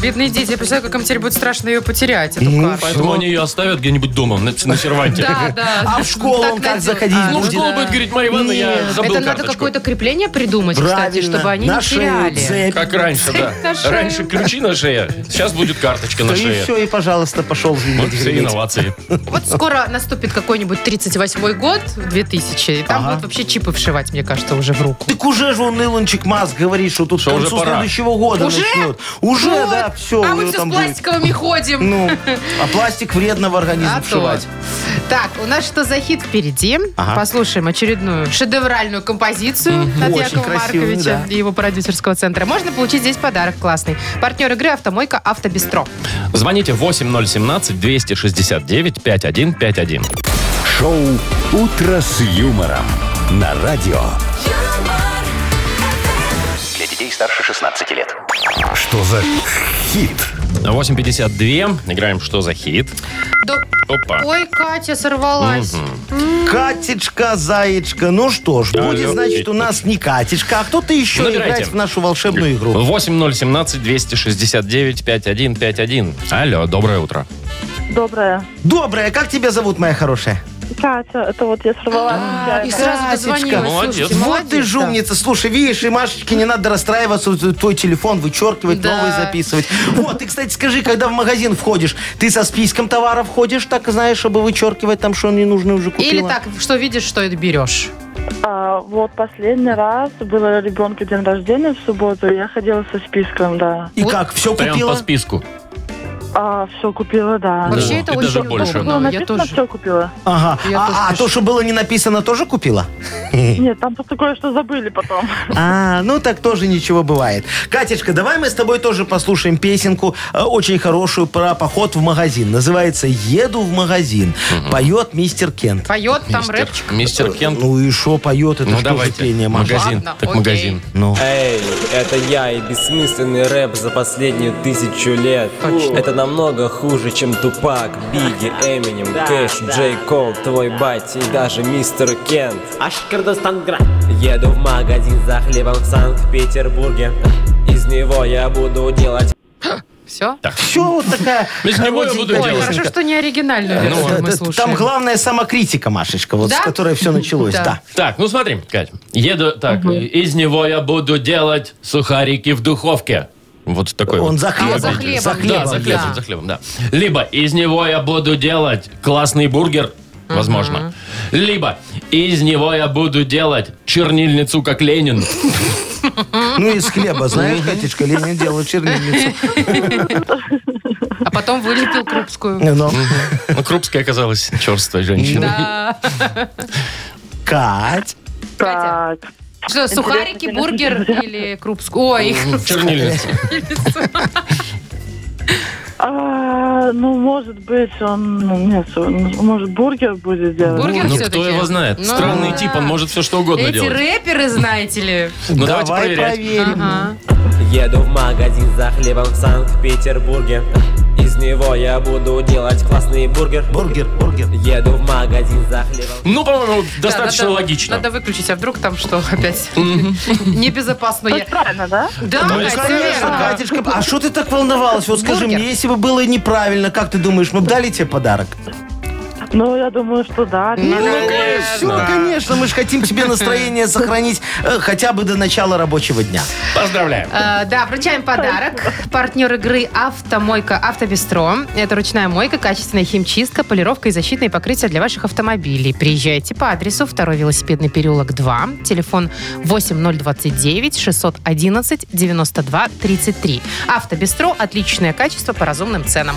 Бедные дети, я представляю, как им теперь будет страшно ее потерять, эту Ну, карту. Поэтому они ее оставят где-нибудь дома, на, на серванте. *laughs* Да, да. А в школу Так он как наделал. заходить А, Ну, будет? школа да. будет говорить, Марья Ивановна, я Нет. забыл Это надо карточку. какое-то крепление придумать, кстати, чтобы они не на шею теряли. цепь. Как раньше, да. На шею. Раньше ключи на шее, сейчас будет карточка на Да и шее. все, и, пожалуйста, пошел Вот греметь, все греметь. инновации. Вот скоро наступит какой-нибудь 38-й год, 2000, и там Ага. будут вообще чипы вшивать, мне кажется, уже в руку. Так уже же он, Илончик Маск, говорит, что тут к Что уже концу пора. следующего года Уже? начнет. Уже, Вот. да, все. А мы все с пластиковыми ходим. *laughs* Ну, а пластик вредно в организм А то. вшивать. Так, у нас что за хит впереди? Ага. Послушаем очередную шедевральную композицию от Очень Якова красивую, Марковича да. и его продюсерского центра. Можно получить здесь подарок классный. Партнер игры «Автомойка Автобестро». Звоните 8017-269-5151. Шоу «Утро с юмором» на радио. юмор, Для детей старше 16 лет. Что за хит? 8.52. Играем «Что за хит?» Да- Опа. Ой, Катя сорвалась. Катечка, заечка, ну что ж, будет, Алло. значит, у нас не Катечка, а кто-то еще Набирайте. играет в нашу волшебную Э, игру. 8017-269-5151. Алло, доброе утро. Доброе. э. Добрая, как тебя зовут, моя хорошая? Катя, это вот я сорвалась. А, И сразу Катечка, дозвонилась. молодец. Слушайте, вот ты молодец, же да. умница. Слушай, видишь, и Машечке не надо расстраиваться, вот твой телефон вычеркивать, Да. новый записывать. Вот, ты, кстати, скажи, когда в магазин входишь, ты со списком товаров ходишь, так знаешь, чтобы вычеркивать там, что ненужное уже купила? Или так, что видишь, что это берешь. А, вот последний раз было ребенка день рождения в субботу, я ходила со списком, да. И Вот как, все Прям по купила? списку. все купила, да. Вообще это и очень даже больше. удобно. Было Я написано, тоже. все купила. Ага. Я тоже А, а пишу. то, что было не написано, тоже купила? *laughs* Нет, там просто кое-что забыли потом. А, ну так тоже ничего бывает. Катечка, давай мы с тобой тоже послушаем песенку э, очень хорошую про поход в магазин. Называется «Еду в магазин». Поет мистер Кент. Поет там Мистер- рэпчик. Мистер Кент. Ну и что поет? Это Ну что давайте. же пение, Маша? Магазин. Э, Ладно, так окей. магазин. Ну. Эй, это я и бессмысленный рэп за последнюю тысячу лет. Это намного хуже, чем Тупак, Бигги, Эминем, Кэш, Джей Кол, твой батя и даже мистер Кент. Еду в магазин за хлебом в Санкт-Петербурге. Из него я буду делать Все? Все вот такая... Из него я буду делать. Ну, Ой, коротенькая песенка. хорошо, что не оригинальную Ну, Да, версию мы да, Там слушаем. главное самокритика, Машечка, вот Да? с которой все началось. Да. Да. Так, ну смотри, Кать. Еду, так, из него я буду делать сухарики в духовке. Вот такой Он вот. за хлебом. за хлебом, за да, хлебом, да, за да. хлебом, за хлебом, да. Либо из него я буду делать классный бургер, возможно. Либо из него я буду делать чернильницу, как *laughs* Ленин. Ну, из хлеба, знаешь, Катечка, Ленин делал чернильницу. А потом вылепил крупскую. Ну, Ну, Крупская оказалась черствой женщиной. Да. Кать. Катя, Так, Что, сухарики, Ну, бургер или крупскую? Ой, Чернильница. А, ну, может быть, он... ну, Нет, он- может, бургер будет делать? Бургер Ну, все-таки. кто его знает? Ну, Странный да. тип, он может все что угодно Эти делать. рэперы, знаете ли. Ну, Давай давайте проверять. проверим. Ага. Еду в магазин за хлебом в Санкт-Петербурге. Из него я буду делать классный бургер. Бургер, бургер. Еду в магазин за хлебом. Ну, по-моему, достаточно Да, надо- логично. Надо выключить, а вдруг там что опять? *laughs* Небезопасно. я- Это правильно, да? Да, Ну, Катя, Конечно, верно. Катюшка. А что ты так волновалась? Вот скажи Бургер. мне, если бы было неправильно, как ты думаешь, мы бы дали тебе подарок? Ну, я думаю, что да. Все, конечно, мы же хотим тебе настроение сохранить э, хотя бы до начала рабочего дня. Поздравляем. Э, Да, вручаем подарок. Партнер игры «Автомойка Автобестро». Это ручная мойка, качественная химчистка, полировка и защитные покрытия для ваших автомобилей. Приезжайте по адресу 2 велосипедный переулок 2, телефон 8029 611 92 33. «Автобестро» – отличное качество по разумным ценам.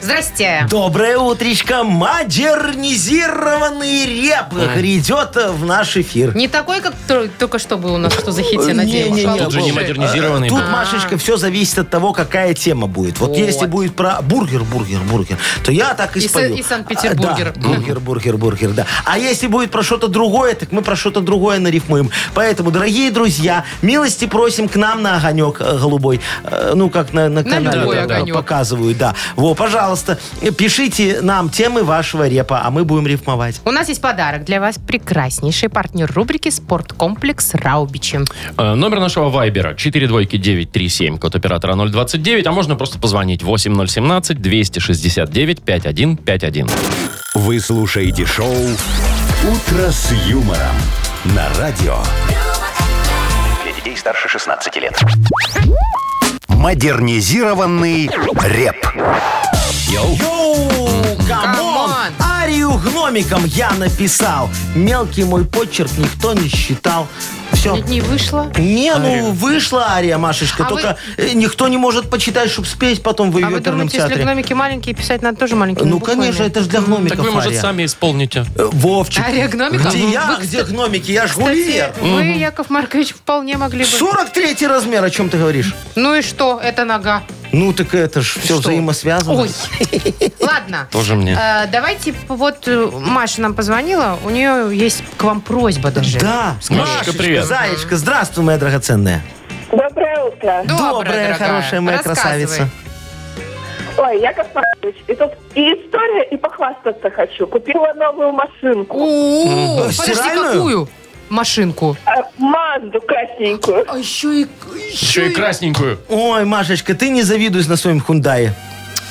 Здрасте. Доброе утречко. Модернизированный реп грядет э, в наш эфир. Не такой, как тро- только что был у нас, что за хит, я надеялась. Не-не-не, Тут же не Боже. модернизированный. Тут, был. Машечка, все зависит от того, какая тема будет. Вот, если будет про бургер, бургер, бургер, то я так и И спою. Сан- и Санкт-Петербургер. А, да, бургер, бургер, бургер, да. А если будет про что-то другое, так мы про что-то другое нарифмуем. Поэтому, дорогие друзья, милости просим к нам на огонек э, голубой. Э, Ну, как на, на канале любой там, э, огонек. показывают, да. Во, пожалуйста, э, пишите нам темы вашего репа, а мы будем рифмовать. У нас есть подарок для вас. Прекраснейший партнер рубрики «Спорткомплекс Раубичи». Э, Номер нашего вайбера 42937, код оператора 029, а можно просто позвонить 8017-269-5151. Вы слушаете шоу «Утро с юмором» на радио Для детей старше 16 лет. «Модернизированный реп». Йоу. Йоу, Камон! камон! Арию гномиком я написал. Мелкий мой почерк никто не считал. Все. Нет, не вышло. Не, ну вышла Ария, Машечка, А только э, никто не может почитать, чтобы спеть потом в А вы оперном думаете, если театре. гномики маленькие, писать надо тоже маленькими Ну, буквами? конечно, это же для гномиков Так вы, может, Ария. сами исполните. Э, Вовчик. Ария гномиков? Ну, Где Вы, я, кстати, где гномики? Я ж Кстати, Гулливер. вы, Яков Маркович, вполне могли бы. 43 размер, о чем ты говоришь? Ну и что? Это нога. Ну, так это ж все Что? взаимосвязано. Ой. *laughs* Ладно. Тоже мне. Э, Давайте, вот э, Маша нам позвонила, у нее есть к вам просьба даже. Да. Машечка, привет. Заячка, здравствуй, моя драгоценная. Доброе утро. Добрая, дорогая. хорошая моя Рассказывай. красавица. Ой, Яков Маркович, и тут и история, и похвастаться хочу. Купила новую машинку. О, Э, подожди, стиральную? какую машинку? А, Мазду красненькую. А еще и... Еще и красненькую. Ой, Машечка, ты не завидуй на своем хундае.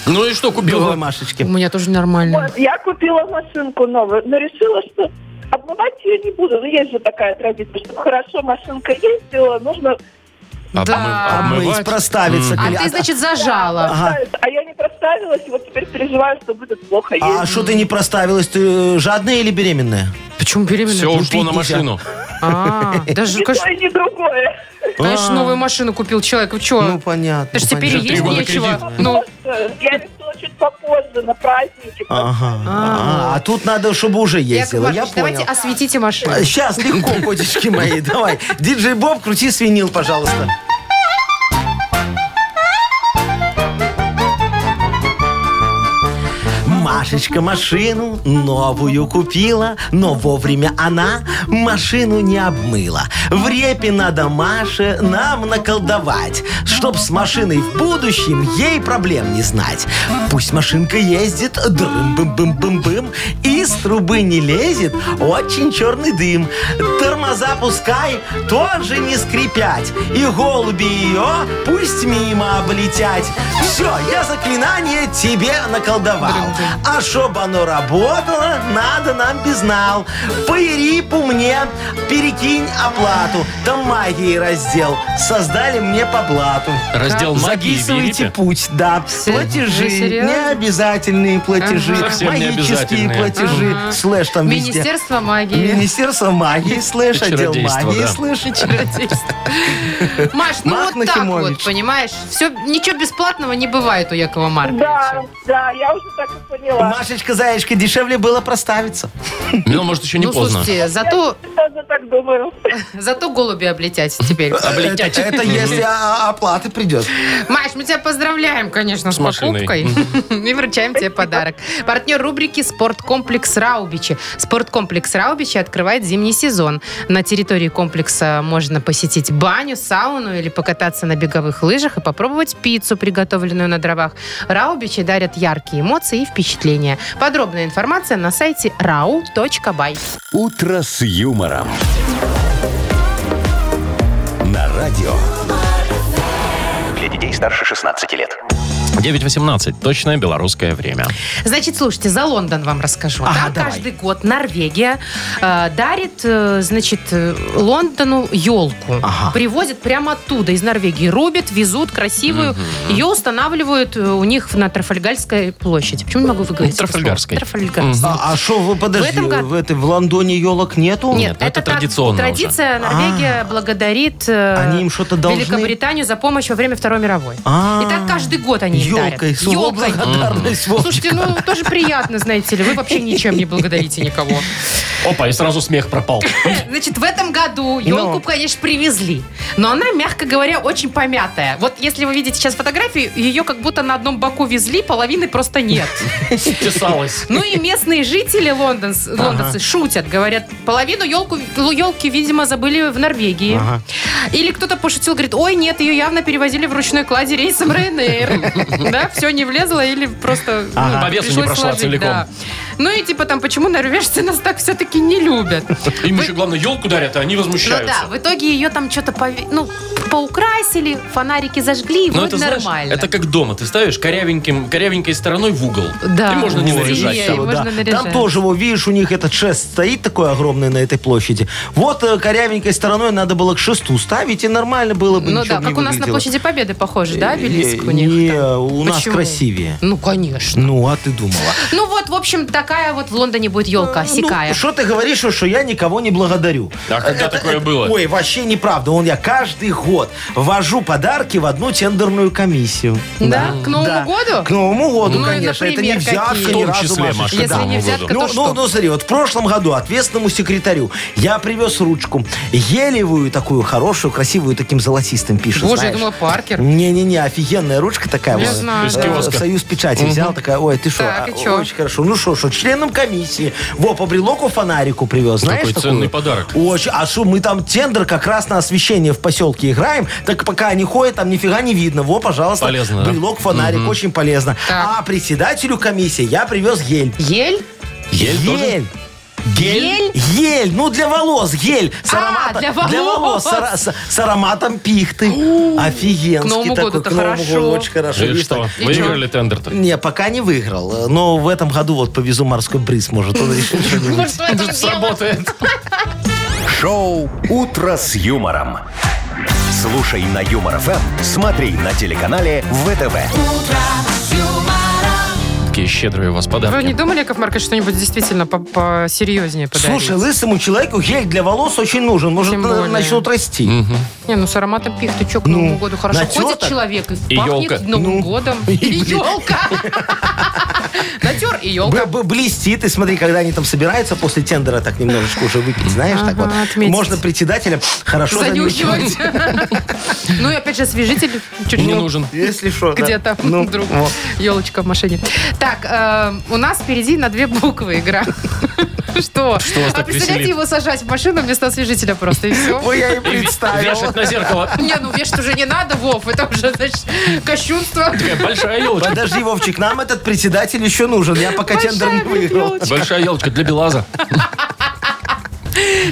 Ну и что Белой купила? У Машечке. меня тоже нормально. Вот, я купила машинку новую, но решила, что обмывать ее не буду. Ну, есть же такая традиция, что хорошо машинка ездила, нужно... Обмы- Да. Обмыть, Ну, обмывать? А проставиться. А Коля. ты, значит, зажала. Ага. проставиться. А я не проставилась, и вот теперь переживаю, что будет плохо А ездить. что ты не проставилась? Ты э, жадная или беременная? Почему беременна? Все ушло Купить на нельзя. машину. А, даже, Ни то конечно, и ни другое. конечно, А. новую машину купил человек. Вы что? Ну, понятно. Ты ж теперь понятно. и есть Три года нечего. кредит. Ну, Я решила чуть попозже, на празднике. Ага. А. А, а тут надо, чтобы уже Яков ездила. Я Маркович, давайте понял. осветите машину. Сейчас легко, *laughs* котички мои, давай. Диджей Боб, крути свинил, пожалуйста. Машечка машину новую купила, но вовремя она машину не обмыла. В репе надо Маше нам наколдовать, чтоб с машиной в будущем ей проблем не знать. Пусть машинка ездит, дрым бым бым бым бым из трубы не лезет, очень черный дым. Тормоза пускай, тоже не скрипять, и голуби ее пусть мимо облетят. Все, я заклинание тебе наколдовал. А чтоб оно работало, надо нам безнал. По Ерипу мне перекинь оплату. Там магии раздел. Создали мне по блату. Раздел магии в Записывайте Ерипе? путь, да. Се- вы Платежи, Э, серьезно? необязательные платежи, Ага. Совсем магические необязательные. платежи, слэш там везде. Министерство магии. Министерство магии, слэш, И отдел чародейства, магии, да. слэш. Чародейство. Маш, ну Марк вот так Нахимович. вот, понимаешь? Все, ничего бесплатного не бывает у Якова Да, Марковича. да, я уже так и поняла. Машечка, Заячка, дешевле было проставиться. Ну, может, еще не ну, поздно. слушайте, зато, Я тоже так думаю. зато голуби облетят теперь. Облететь. Это, это если а, а, оплата придет. Маш, мы тебя поздравляем, конечно, с, С машиной. покупкой. И вручаем тебе подарок. Партнер рубрики «Спорткомплекс Раубичи». Спорткомплекс Раубичи открывает зимний сезон. На территории комплекса можно посетить баню, сауну или покататься на беговых лыжах и попробовать пиццу, приготовленную на дровах. Раубичи дарят яркие эмоции и впечатления. Подробная информация на сайте rau.by. «Утро с юмором». На радио. Для детей старше 16 лет. 9.18. Точное белорусское время. Значит, слушайте, за Лондон вам расскажу. Ага, Там давай. каждый год Норвегия э, дарит, э, значит, э, Лондону елку. Ага. Привозят прямо оттуда, из Норвегии. Рубят, везут красивую. Ее устанавливают э, у них на Трафальгарской площади. Почему не могу выговорить? это слово? Трафальгарской. Ну, Трафальгарской. А что вы, подожди, в, этом году- этой- в Лондоне елок нету? Нет, это это, тра- традиционно уже. Традиция Норвегия благодарит э, А. Они им что-то должны? Великобританию за помощь во время Второй мировой. А, И так каждый год они им дарят. Елкой, слово Ёлкой. благодарность, Слушайте, ну тоже приятно, знаете ли. Вы вообще ничем не благодарите никого. Опа, и сразу смех пропал. Значит, в этом году елку, Ну. конечно, привезли. Но она, мягко говоря, очень помятая. Вот если вы видите сейчас фотографию, ее как будто на одном боку везли, половины просто нет. Стесалось. Ну и местные жители лондонс- лондонцы шутят, говорят, половину елку, елки, видимо, забыли в Норвегии. Или кто-то пошутил, говорит, ой, нет, ее явно перевозили в ручной кладе рейсом *laughs* Ryanair. Да, все не влезло или просто ну, Ага. По весу не пришлось прошла сложить, целиком. да. Ну и типа там, почему норвежцы нас так все-таки не *laughs* любят? Им еще, главное, елку дарят, а они Ну да, возмущаются. в итоге ее там что-то пове- ну, поукрасили, фонарики зажгли, и Но вроде Ну, это, знаешь, Ну нормально. это как дома. Ты ставишь корявеньким, корявенькой стороной в угол. Да. И можно не Вот. наряжать. Ей, там. можно наряжать. Там тоже, вот видишь, у них этот шест стоит такой огромный на этой площади. Вот э, корявенькой стороной надо было к шесту ставить, и нормально было бы. Ну ничего да, бы как не у нас на выглядело. Площади Победы похоже, да, обелиск у Не, них? Э, не, э, там? у нас Почему? красивее. Ну, конечно. Ну, а ты думала. Ну вот, в общем, такая вот в Лондоне будет елка Ну, осекая. что ты говоришь, что- что я никого не благодарю? А когда такое было? Ой, вообще неправда. Он я каждый год вожу подарки в одну тендерную комиссию. Да? К Новому Да. году? К Новому году, Ну, конечно. Это не например, взятка какие? ни В том разу, числе, Машечка, Маша, Если к Новому не году. взятка, ну, то ну, что? ну, смотри, вот в прошлом году ответственному секретарю я привез ручку. Елевую такую хорошую, красивую, таким золотистым пишет. Боже, я знаешь. думала, Паркер. Не-не-не, офигенная ручка такая. Я вот. знаю. Из Э, киоска. Союз печати взял, такая, ой, ты что, Так, и чё? очень хорошо. Ну что, что, членом комиссии. Во, по брелоку фонарику привез, знаешь Какой такую? ценный подарок. Очень. А что, мы там тендер как раз на освещение в поселке играем, так пока они ходят, там нифига не видно. Во, пожалуйста, Полезно, да? брелок, фонарик, очень полезно. Так. А председателю комиссии я привез гель. Ель? Ель тоже? Гель? Гель, ну для волос, гель. С А, ароматом, для волос. с, ара- с- с ароматом пихты. Офигенский К Новому такой. году-то к Новому году хорошо. очень хорошо. И Видишь, что? так. Выиграли тендер-то? Ну, Не, пока не выиграл. Но в этом году вот повезу морской бриз, может, он *laughs* решит что-нибудь. Может, в этом дело? Сработает. Шоу «Утро с юмором». Слушай на Юмор ФМ, смотри на телеканале ВТВ. Какие щедрые у вас Вы не подарки. думали, Яков Маркович, что-нибудь действительно по- посерьезнее подарить? Слушай, лысому человеку гель для волос очень нужен. Может, Тем на- более. начнут расти. Не, ну с ароматом пихты, что к Новому году хорошо. натёр Ходит так. человек и, И пахнет ёлка. Новым годом. И *laughs* елка. Натер и елка. Б- б- Блестит, и смотри, когда они там собираются после тендера так немножечко уже выпить, знаешь, так Ага, вот. отметить. Можно председателя *laughs* хорошо Занюхивать. Ну и опять же освежитель чуть Не ну, нужен. Если что, да. Где-то *laughs* Ну, вдруг вот. елочка в машине. Так, эм, у нас впереди на две буквы игра. *laughs* Что? Что вас а так представляете, веселит? его сажать в машину вместо освежителя просто и все? Ой, я и представил. Вешать на зеркало. Не, ну вешать уже не надо, Вов, это уже, значит, кощунство. Такая большая елочка. Подожди, Вовчик, нам этот председатель еще нужен. Я пока Большая тендер не выиграл. елочка. Большая елочка для Белаза.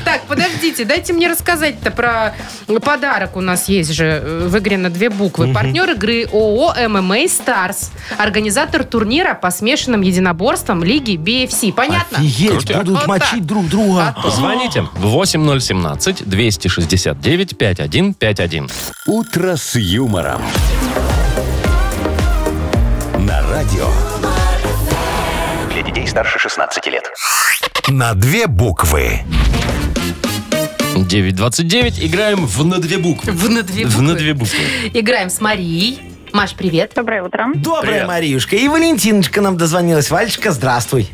Так, подождите, дайте мне рассказать-то про подарок у нас есть же э, в игре на две буквы. Партнер игры ООО «ММА Старс», организатор турнира по смешанным единоборствам Лиги BFC. Понятно? Офигеть, Крутяк. будут Вот мочить так. друг друга. А Звоните 8017-269-5151. «Утро с юмором». На радио. Для детей старше 16 лет. На две буквы. 929. Играем в на две буквы. В на две В на буквы. две буквы. Играем с Марией. Маш, привет. Доброе утро. Доброе, Привет. Мариюшка. И Валентиночка нам дозвонилась. Вальчика, здравствуй.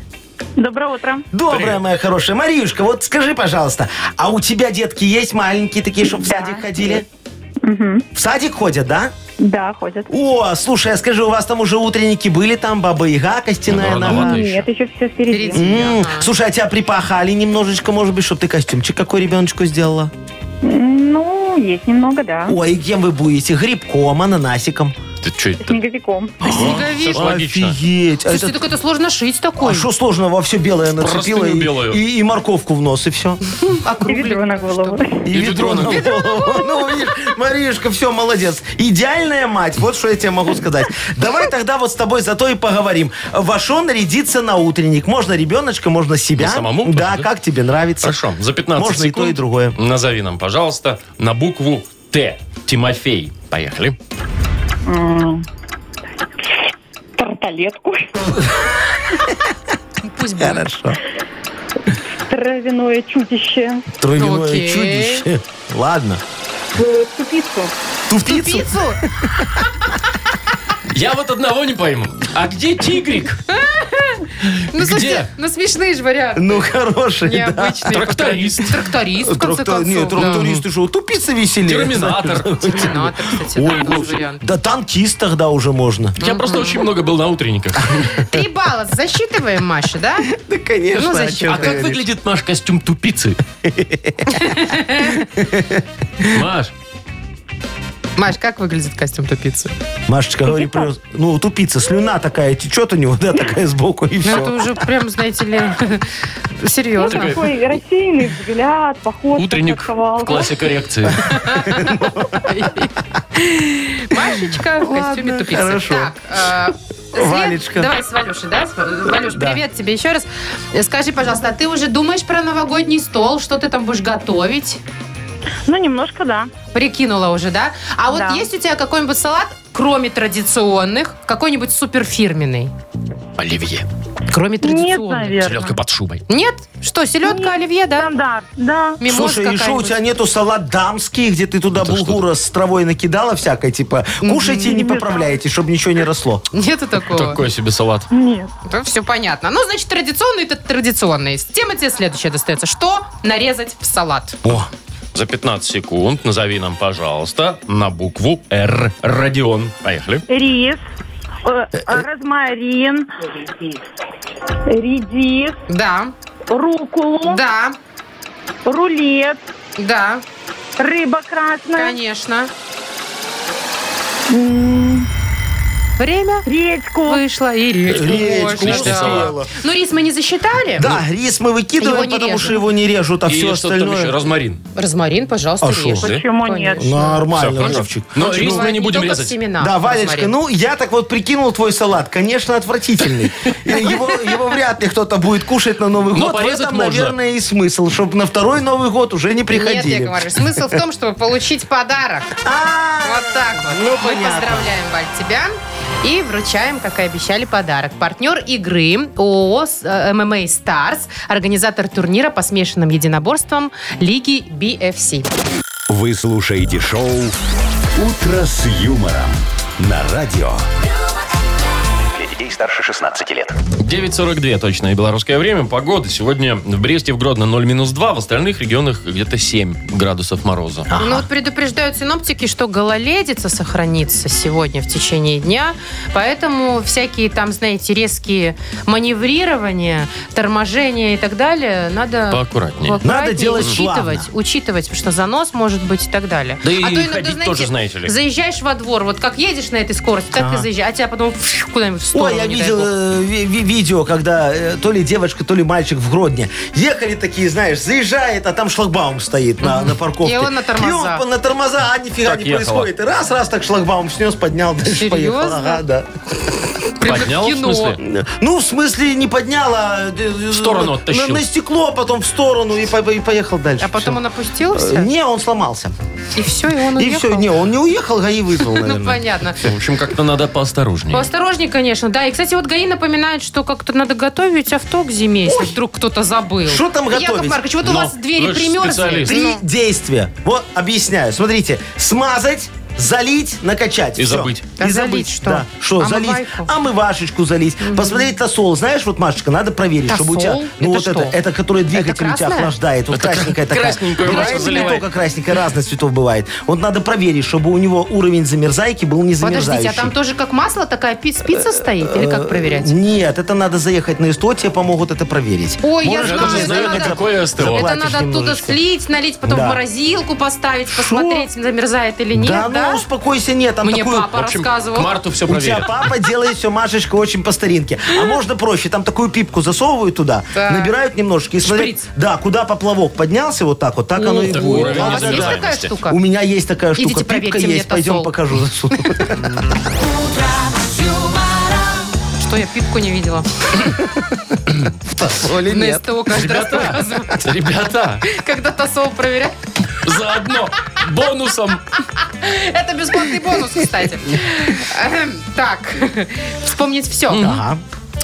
Доброе утро. Добрая Привет. моя хорошая. Мариюшка, вот скажи, пожалуйста, а у тебя детки есть маленькие такие, чтобы в садик ходили? В садик ходят, да? Да, ходят. О, слушай, а скажи, у вас там уже утренники были, там баба Яга, костяная Ну, нога? рановато Нет, еще все впереди. Впереди. М, Ага. Слушай, а тебя припахали немножечко, может быть, чтобы ты костюмчик какой ребеночку сделала? Ну, есть немного, да. Ой, и кем вы будете? Грибком, ананасиком? Ты что С это? снеговиком. Всё ж Снеговик. логично. Офигеть! а Слушайте, это- так это сложно шить А такой. что сложного? Все белое нацепила простыню и, белую. и- и морковку в нос, и все. И ведро на голову. И, ведро на голову. Ну, видишь, Маришка, все, молодец. Идеальная мать, вот что я тебе могу сказать. Давай тогда вот с тобой зато и поговорим. Во что нарядиться на утренник? Можно ребеночка, можно себя. Ну, самому тоже, Да, да? как тебе нравится. Хорошо, за 15 Можно и секунд то, и другое. Назови нам, пожалуйста, на букву Т. Тимофей. Поехали. Тарталетку. Пусть будет. Хорошо. Травяное чудище. Травяное Окей. чудище. Ладно. э, Тупицу. Туфтицу? Пиццу? Я вот одного не пойму. А где тигрик? Ну, слушайте, ну смешные же варианты. Ну, хороший, да. Необычные. Тракторист. Тракторист, в конце Трактор- концов. Нет, да. трактористы что, тупицы веселее. Терминатор. Терминатор, кстати, Ой, да, тоже Вовчик, вариант. *laughs* Да танкист тогда уже можно. Я просто очень много был на утренниках. Три балла засчитываем, Маша, да? *laughs* Да, конечно. Ну, о зачем? чем А ты как говоришь? выглядит Маш костюм тупицы? Маш, Маш, как выглядит костюм тупицы? Машечка, говори, плюс. ну, тупица, слюна такая течет у него, да, такая сбоку, и Ну, это все. уже прям, знаете ли, *laughs* серьезно. Ну, Такой рассеянный взгляд, поход. утренник в классе коррекции. Машечка в костюме Ладно, тупицы. хорошо. Так, э, след- Валечка. Давай с Валюшей, да? С Ва- Валюш, Да. привет тебе еще раз. Э, Скажи, пожалуйста, а ты уже думаешь про новогодний стол? Что ты там будешь готовить? Ну, немножко, да. Прикинула уже, да? А вот Да. есть у тебя какой-нибудь салат, кроме традиционных, какой-нибудь суперфирменный? Оливье. Кроме Нет, традиционных. наверное. Селедка под шубой. Нет? Что, селедка, оливье, да? Стандарт, да. Мимоз Слушай, и что у какая-нибудь? тебя нету салат дамский, где ты туда Это что булгура с травой накидала всякой, типа, кушайте и не поправляйте, чтобы ничего не росло. Нету такого? Такой себе салат. Нет. Да, все понятно. Ну, значит, традиционный это традиционный. Тема тебе следующая достается. Что нарезать в салат? О, За 15 секунд назови нам, пожалуйста, на букву Р. Родион. Поехали. Рис. э, Розмарин. Редис. Да, Руккулу. да, Рулет. да, Рыба красная. конечно. м, Время Редьку. вышло, и речку, Речку можно, Отличный да. салат. Ну, рис мы не засчитали? Да, рис мы Его выкидываем, не потому режут. что его не режут, а И все что там еще? остальное... Розмарин. Розмарин, пожалуйста, А шо? Ну, режь. Почему нет? Конечно. Всё, Нормально, хорошо. Вовчик. Но рис мы не Бывает будем только в резать. семенах Да, розмарин. Валечка, ну я так вот прикинул твой салат. *laughs* Конечно, отвратительный. И Его, его вряд ли кто-то будет кушать на Новый Но год. В порезать этом, можно. наверное, и смысл, чтобы на второй Новый год уже не Нет, приходили. Яков Маркович, смысл в том, чтобы получить подарок. А, Вот так вот. Ну, Мы понятно. поздравляем, Валь, тебя. И вручаем, как и обещали, подарок. Партнер игры ООО с- э, «ММА Старс», организатор турнира по смешанным единоборствам Лиги BFC. Вы слушаете шоу «Утро с юмором» на радио. Для детей старше 16 лет. 9.42 точное белорусское время. Погода сегодня в Бресте, в Гродно 0-2, в остальных регионах где-то 7 градусов мороза. Ну вот предупреждают синоптики, что гололедица сохранится сегодня в течение дня, поэтому всякие там, знаете, резкие маневрирования, торможения и так далее надо Поаккуратнее. поаккуратнее Надо делать учитывать, плавно. учитывать, потому что занос может быть и так далее. Да и а то иногда, ходить тоже, знаете ли. Заезжаешь во двор, вот как едешь на этой скорости, так и заезжаешь, а тебя потом фш, куда-нибудь в сторону Ой, я я не дай видел бог. э, ви- ви- видео, когда э, то ли девочка, то ли мальчик в Гродне. Ехали такие, знаешь, заезжает, а там шлагбаум стоит на, на парковке. И он на тормоза. И он по- на тормоза, а нифига Так не ехала. происходит. И раз, раз так шлагбаум снес, поднял, *laughs* дальше Серьезно? поехал. Ага, да. Прям как Поднял, в кино. смысле? Ну, в смысле, не подняла. В сторону оттащил. э, На, на стекло, а потом в сторону и, по- и поехал дальше. А потом Всё. Э, он Ну, опустился, Не, он сломался. и все, и он И уехал. все, не, он не уехал, ГАИ *laughs* вызвал, Ну, наверное. понятно. В общем, как-то надо поосторожнее. Поосторожней, конечно, да. И, кстати, вот ГАИ напоминает, что как-то надо готовить авто к зиме, если вдруг кто-то забыл. Что там Яков готовить? Маркович, вот у Ну, вас двери вы ж примерзли. специалист. Три Ну, действия. Вот, объясняю. Смотрите, смазать, залить, накачать. И Всё. забыть. А И залить забыть, что? А Да. Что, залить? Омывайку? Омывашечку залить. Посмотреть тосол. Знаешь, вот, Машечка, надо проверить, чтобы у тебя... Тосол? Ну, Это вот что? это, это, которое двигатель у тебя красное? охлаждает. Вот Это кра- красненькая такая. красненькую Бывает маску не заливает. только красненькая, разных цветов бывает. Вот надо проверить, чтобы у него уровень замерзайки был не замерзающий. Подождите, а там тоже как масло такая пи- Э, спица стоит? Или как проверять? Нет, это надо заехать на ИСТО, тебе помогут это проверить. Ой, я Можешь Я даже знаю, даже это знаю, надо... заехать за какое СТО. Это Заплатишь надо оттуда немножечко. слить, налить, потом в Да. ну. морозилку поставить, посмотреть, замерзает или нет, да, да? А ну успокойся, нет, там Мне такую- папа рассказывал. к марту все У тебя проверят. папа делает все, Машечка, очень по старинке. А можно проще, там такую пипку засовывают туда, Так. набирают немножко и смотрят, Шприц. да, куда поплавок поднялся, вот так вот, так оно и Так будет. уровень а у вас Да, есть да. такая незаменимости. штука? У меня есть такая Идите, штука, проверьте пипка мне есть, тосол. пойдем *laughs* покажу. засуну. Что, я пипку не *laughs* видела? На СТО каждый раз Ребята, показывают, ребята, когда тосол проверяют. заодно бонусом Это бесплатный бонус, кстати. Эм, Так, вспомнить все. Ага.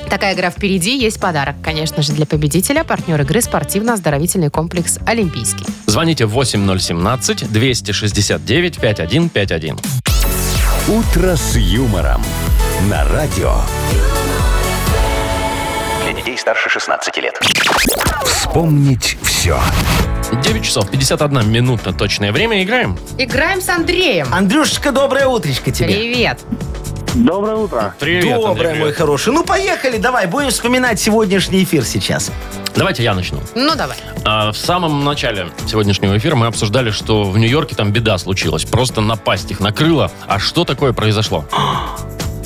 Такая игра впереди. Есть подарок, конечно же, для победителя. Партнер игры спортивно-оздоровительный комплекс «Олимпийский». Звоните 8017-269-5151. «Утро с юмором» на радио. Для детей старше 16 лет. Вспомнить все. 9 часов 51 минута точное время. Играем? Играем с Андреем. Андрюшечка, доброе утречко тебе. Привет. Доброе утро. Привет, Андрей, Доброе, мой привет. хороший. Ну, поехали, давай, будем вспоминать сегодняшний эфир сейчас. Давайте я начну. Ну, давай. А, В самом начале сегодняшнего эфира мы обсуждали, что в Нью-Йорке там беда случилась. Просто напасть их накрыла. А что такое произошло?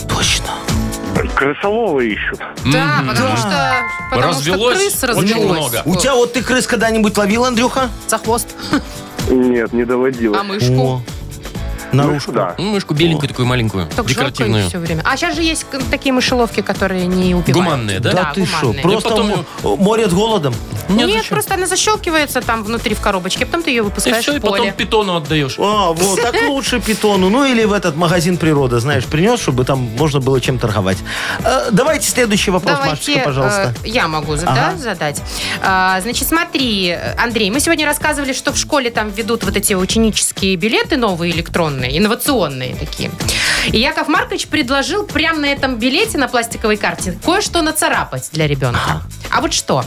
Точно. Крысолова ищут. Да, потому что... потому что Развелось крыс очень развелось. много. У тебя вот ты крыс когда-нибудь ловил, Андрюха? За хвост. Нет, не доводилось. А мышку? Наружку. Да. Ну, мышку беленькую такую маленькую, Так жалко декоративную. их все время. А сейчас же есть к- такие мышеловки, которые не убивают. Гуманные, да? Да, ты что, гуманные. просто потом мо- морят голодом. Нет, зачем? просто она защелкивается там внутри в коробочке, а потом ты ее И выпускаешь все, и в поле. потом питону отдаешь. А, вот, *laughs* так лучше питону. Ну, или в этот магазин природа, знаешь, принес, чтобы там можно было чем торговать. Э, давайте следующий вопрос, Давайте, Машечка, пожалуйста. э, я могу за- Ага. да, задать. А, значит, смотри, э, Андрей, мы сегодня рассказывали, что в школе там ведут вот эти ученические билеты новые электронные, инновационные такие. И Яков Маркович предложил прямо на этом билете на пластиковой карте кое-что нацарапать для ребенка. А вот что?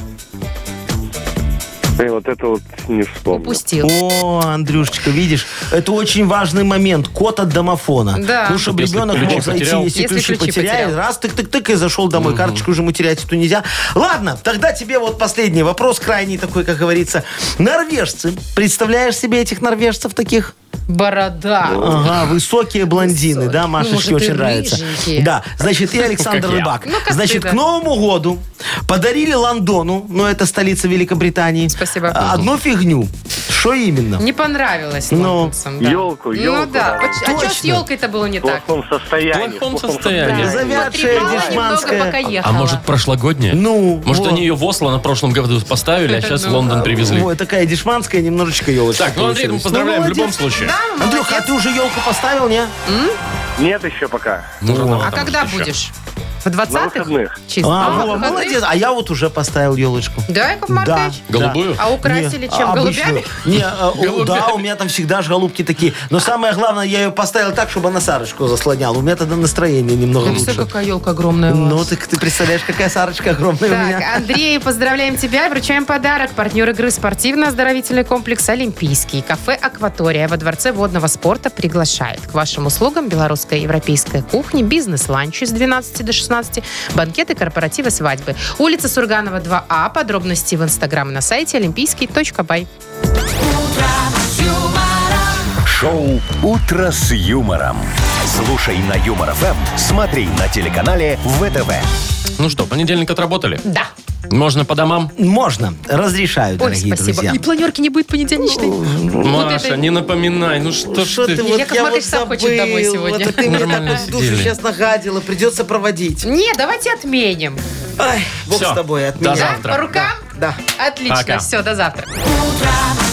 И вот это вот не Ну, вспомнил. Упустил. О, Андрюшечка, видишь, это очень важный момент. Код от домофона. Да. Ну, чтобы Если ребенок ключи мог зайти, потерял. если, Если ключи, ключи потеряет. потерял. Раз, тык-тык-тык, и зашел домой. Карточку же ему терять эту нельзя. Ладно, тогда тебе вот последний вопрос, крайний такой, как говорится. Норвежцы. Представляешь себе этих норвежцев таких? Борода. Ага, высокие блондины, Высокие. да, Ну, может, Машечке и очень нравится. рыженькие. Да, значит, и Александр Как я. Рыбак. Ну, как ты, Значит, да. к Новому году подарили Лондону, ну, это столица Великобритании, Спасибо. а, одну фигню. Что именно? Не понравилось Ну. лондонцам, да. Елку, Ну елку, да. да. Поч- А что с Точно. елкой-то было не В так? плохом В состоянии. плохом Ну, состоянии. Завядшая Потрепала немного, пока дешманская. ехала. А может, прошлогодняя? Ну, Может, вот. они ее в Осло на прошлом году поставили, а сейчас в Ну, Лондон привезли. Ой, такая дешманская, немножечко елочка. Так, ну, Андрей, мы получилась. поздравляем в Ну, любом молодец. случае. Андрюха, а ты уже елку поставил, не? Нет еще пока. Ну, рановато, А когда может, еще. будешь? В 20-х? выходных. Чисто. А, А, во, в выходных? молодец. А я вот уже поставил елочку. Да, Яков Да. Маркович? Голубую? А украсили Не, чем? а, Голубями? обычную. Не, а, у- да, у меня там всегда же голубки такие. Но самое главное, я ее поставил так, чтобы она Сарочку заслоняла. У меня тогда настроение немного Ну, все, лучше. какая елка огромная у вас. Ну, так ты представляешь, какая Сарочка огромная у Так, меня. Андрей, поздравляем тебя и вручаем подарок. Партнер игры спортивно-оздоровительный комплекс «Олимпийский». Кафе «Акватория» во Дворце водного спорта приглашает. К вашим услугам белорусская и европейская кухня, бизнес-ланчи с 12 до 16, банкеты, корпоративы, свадьбы. Улица Сурганова, 2А. Подробности в Инстаграм и на сайте олимпийский.бай. Шоу «Утро с юмором». Слушай на Юмор ФМ, смотри на телеканале ВТВ. Ну что, понедельник отработали? Да. Можно по домам? Можно. Разрешаю, а? Ой, дорогие спасибо. друзья. И планерки не будет понедельничной. Ну, Вот Маша, это- не напоминай, ну что ж ты... вот- Яков Маркович сам хочет домой сегодня. Вот, а ты мне так Нормально вот в душу сидели. сейчас нагадила, придется проводить. Не, давайте отменим. Ай, бог Всё. с тобой, от До меня. А завтра. По рукам? Да. Отлично, Пока. все, до завтра. утро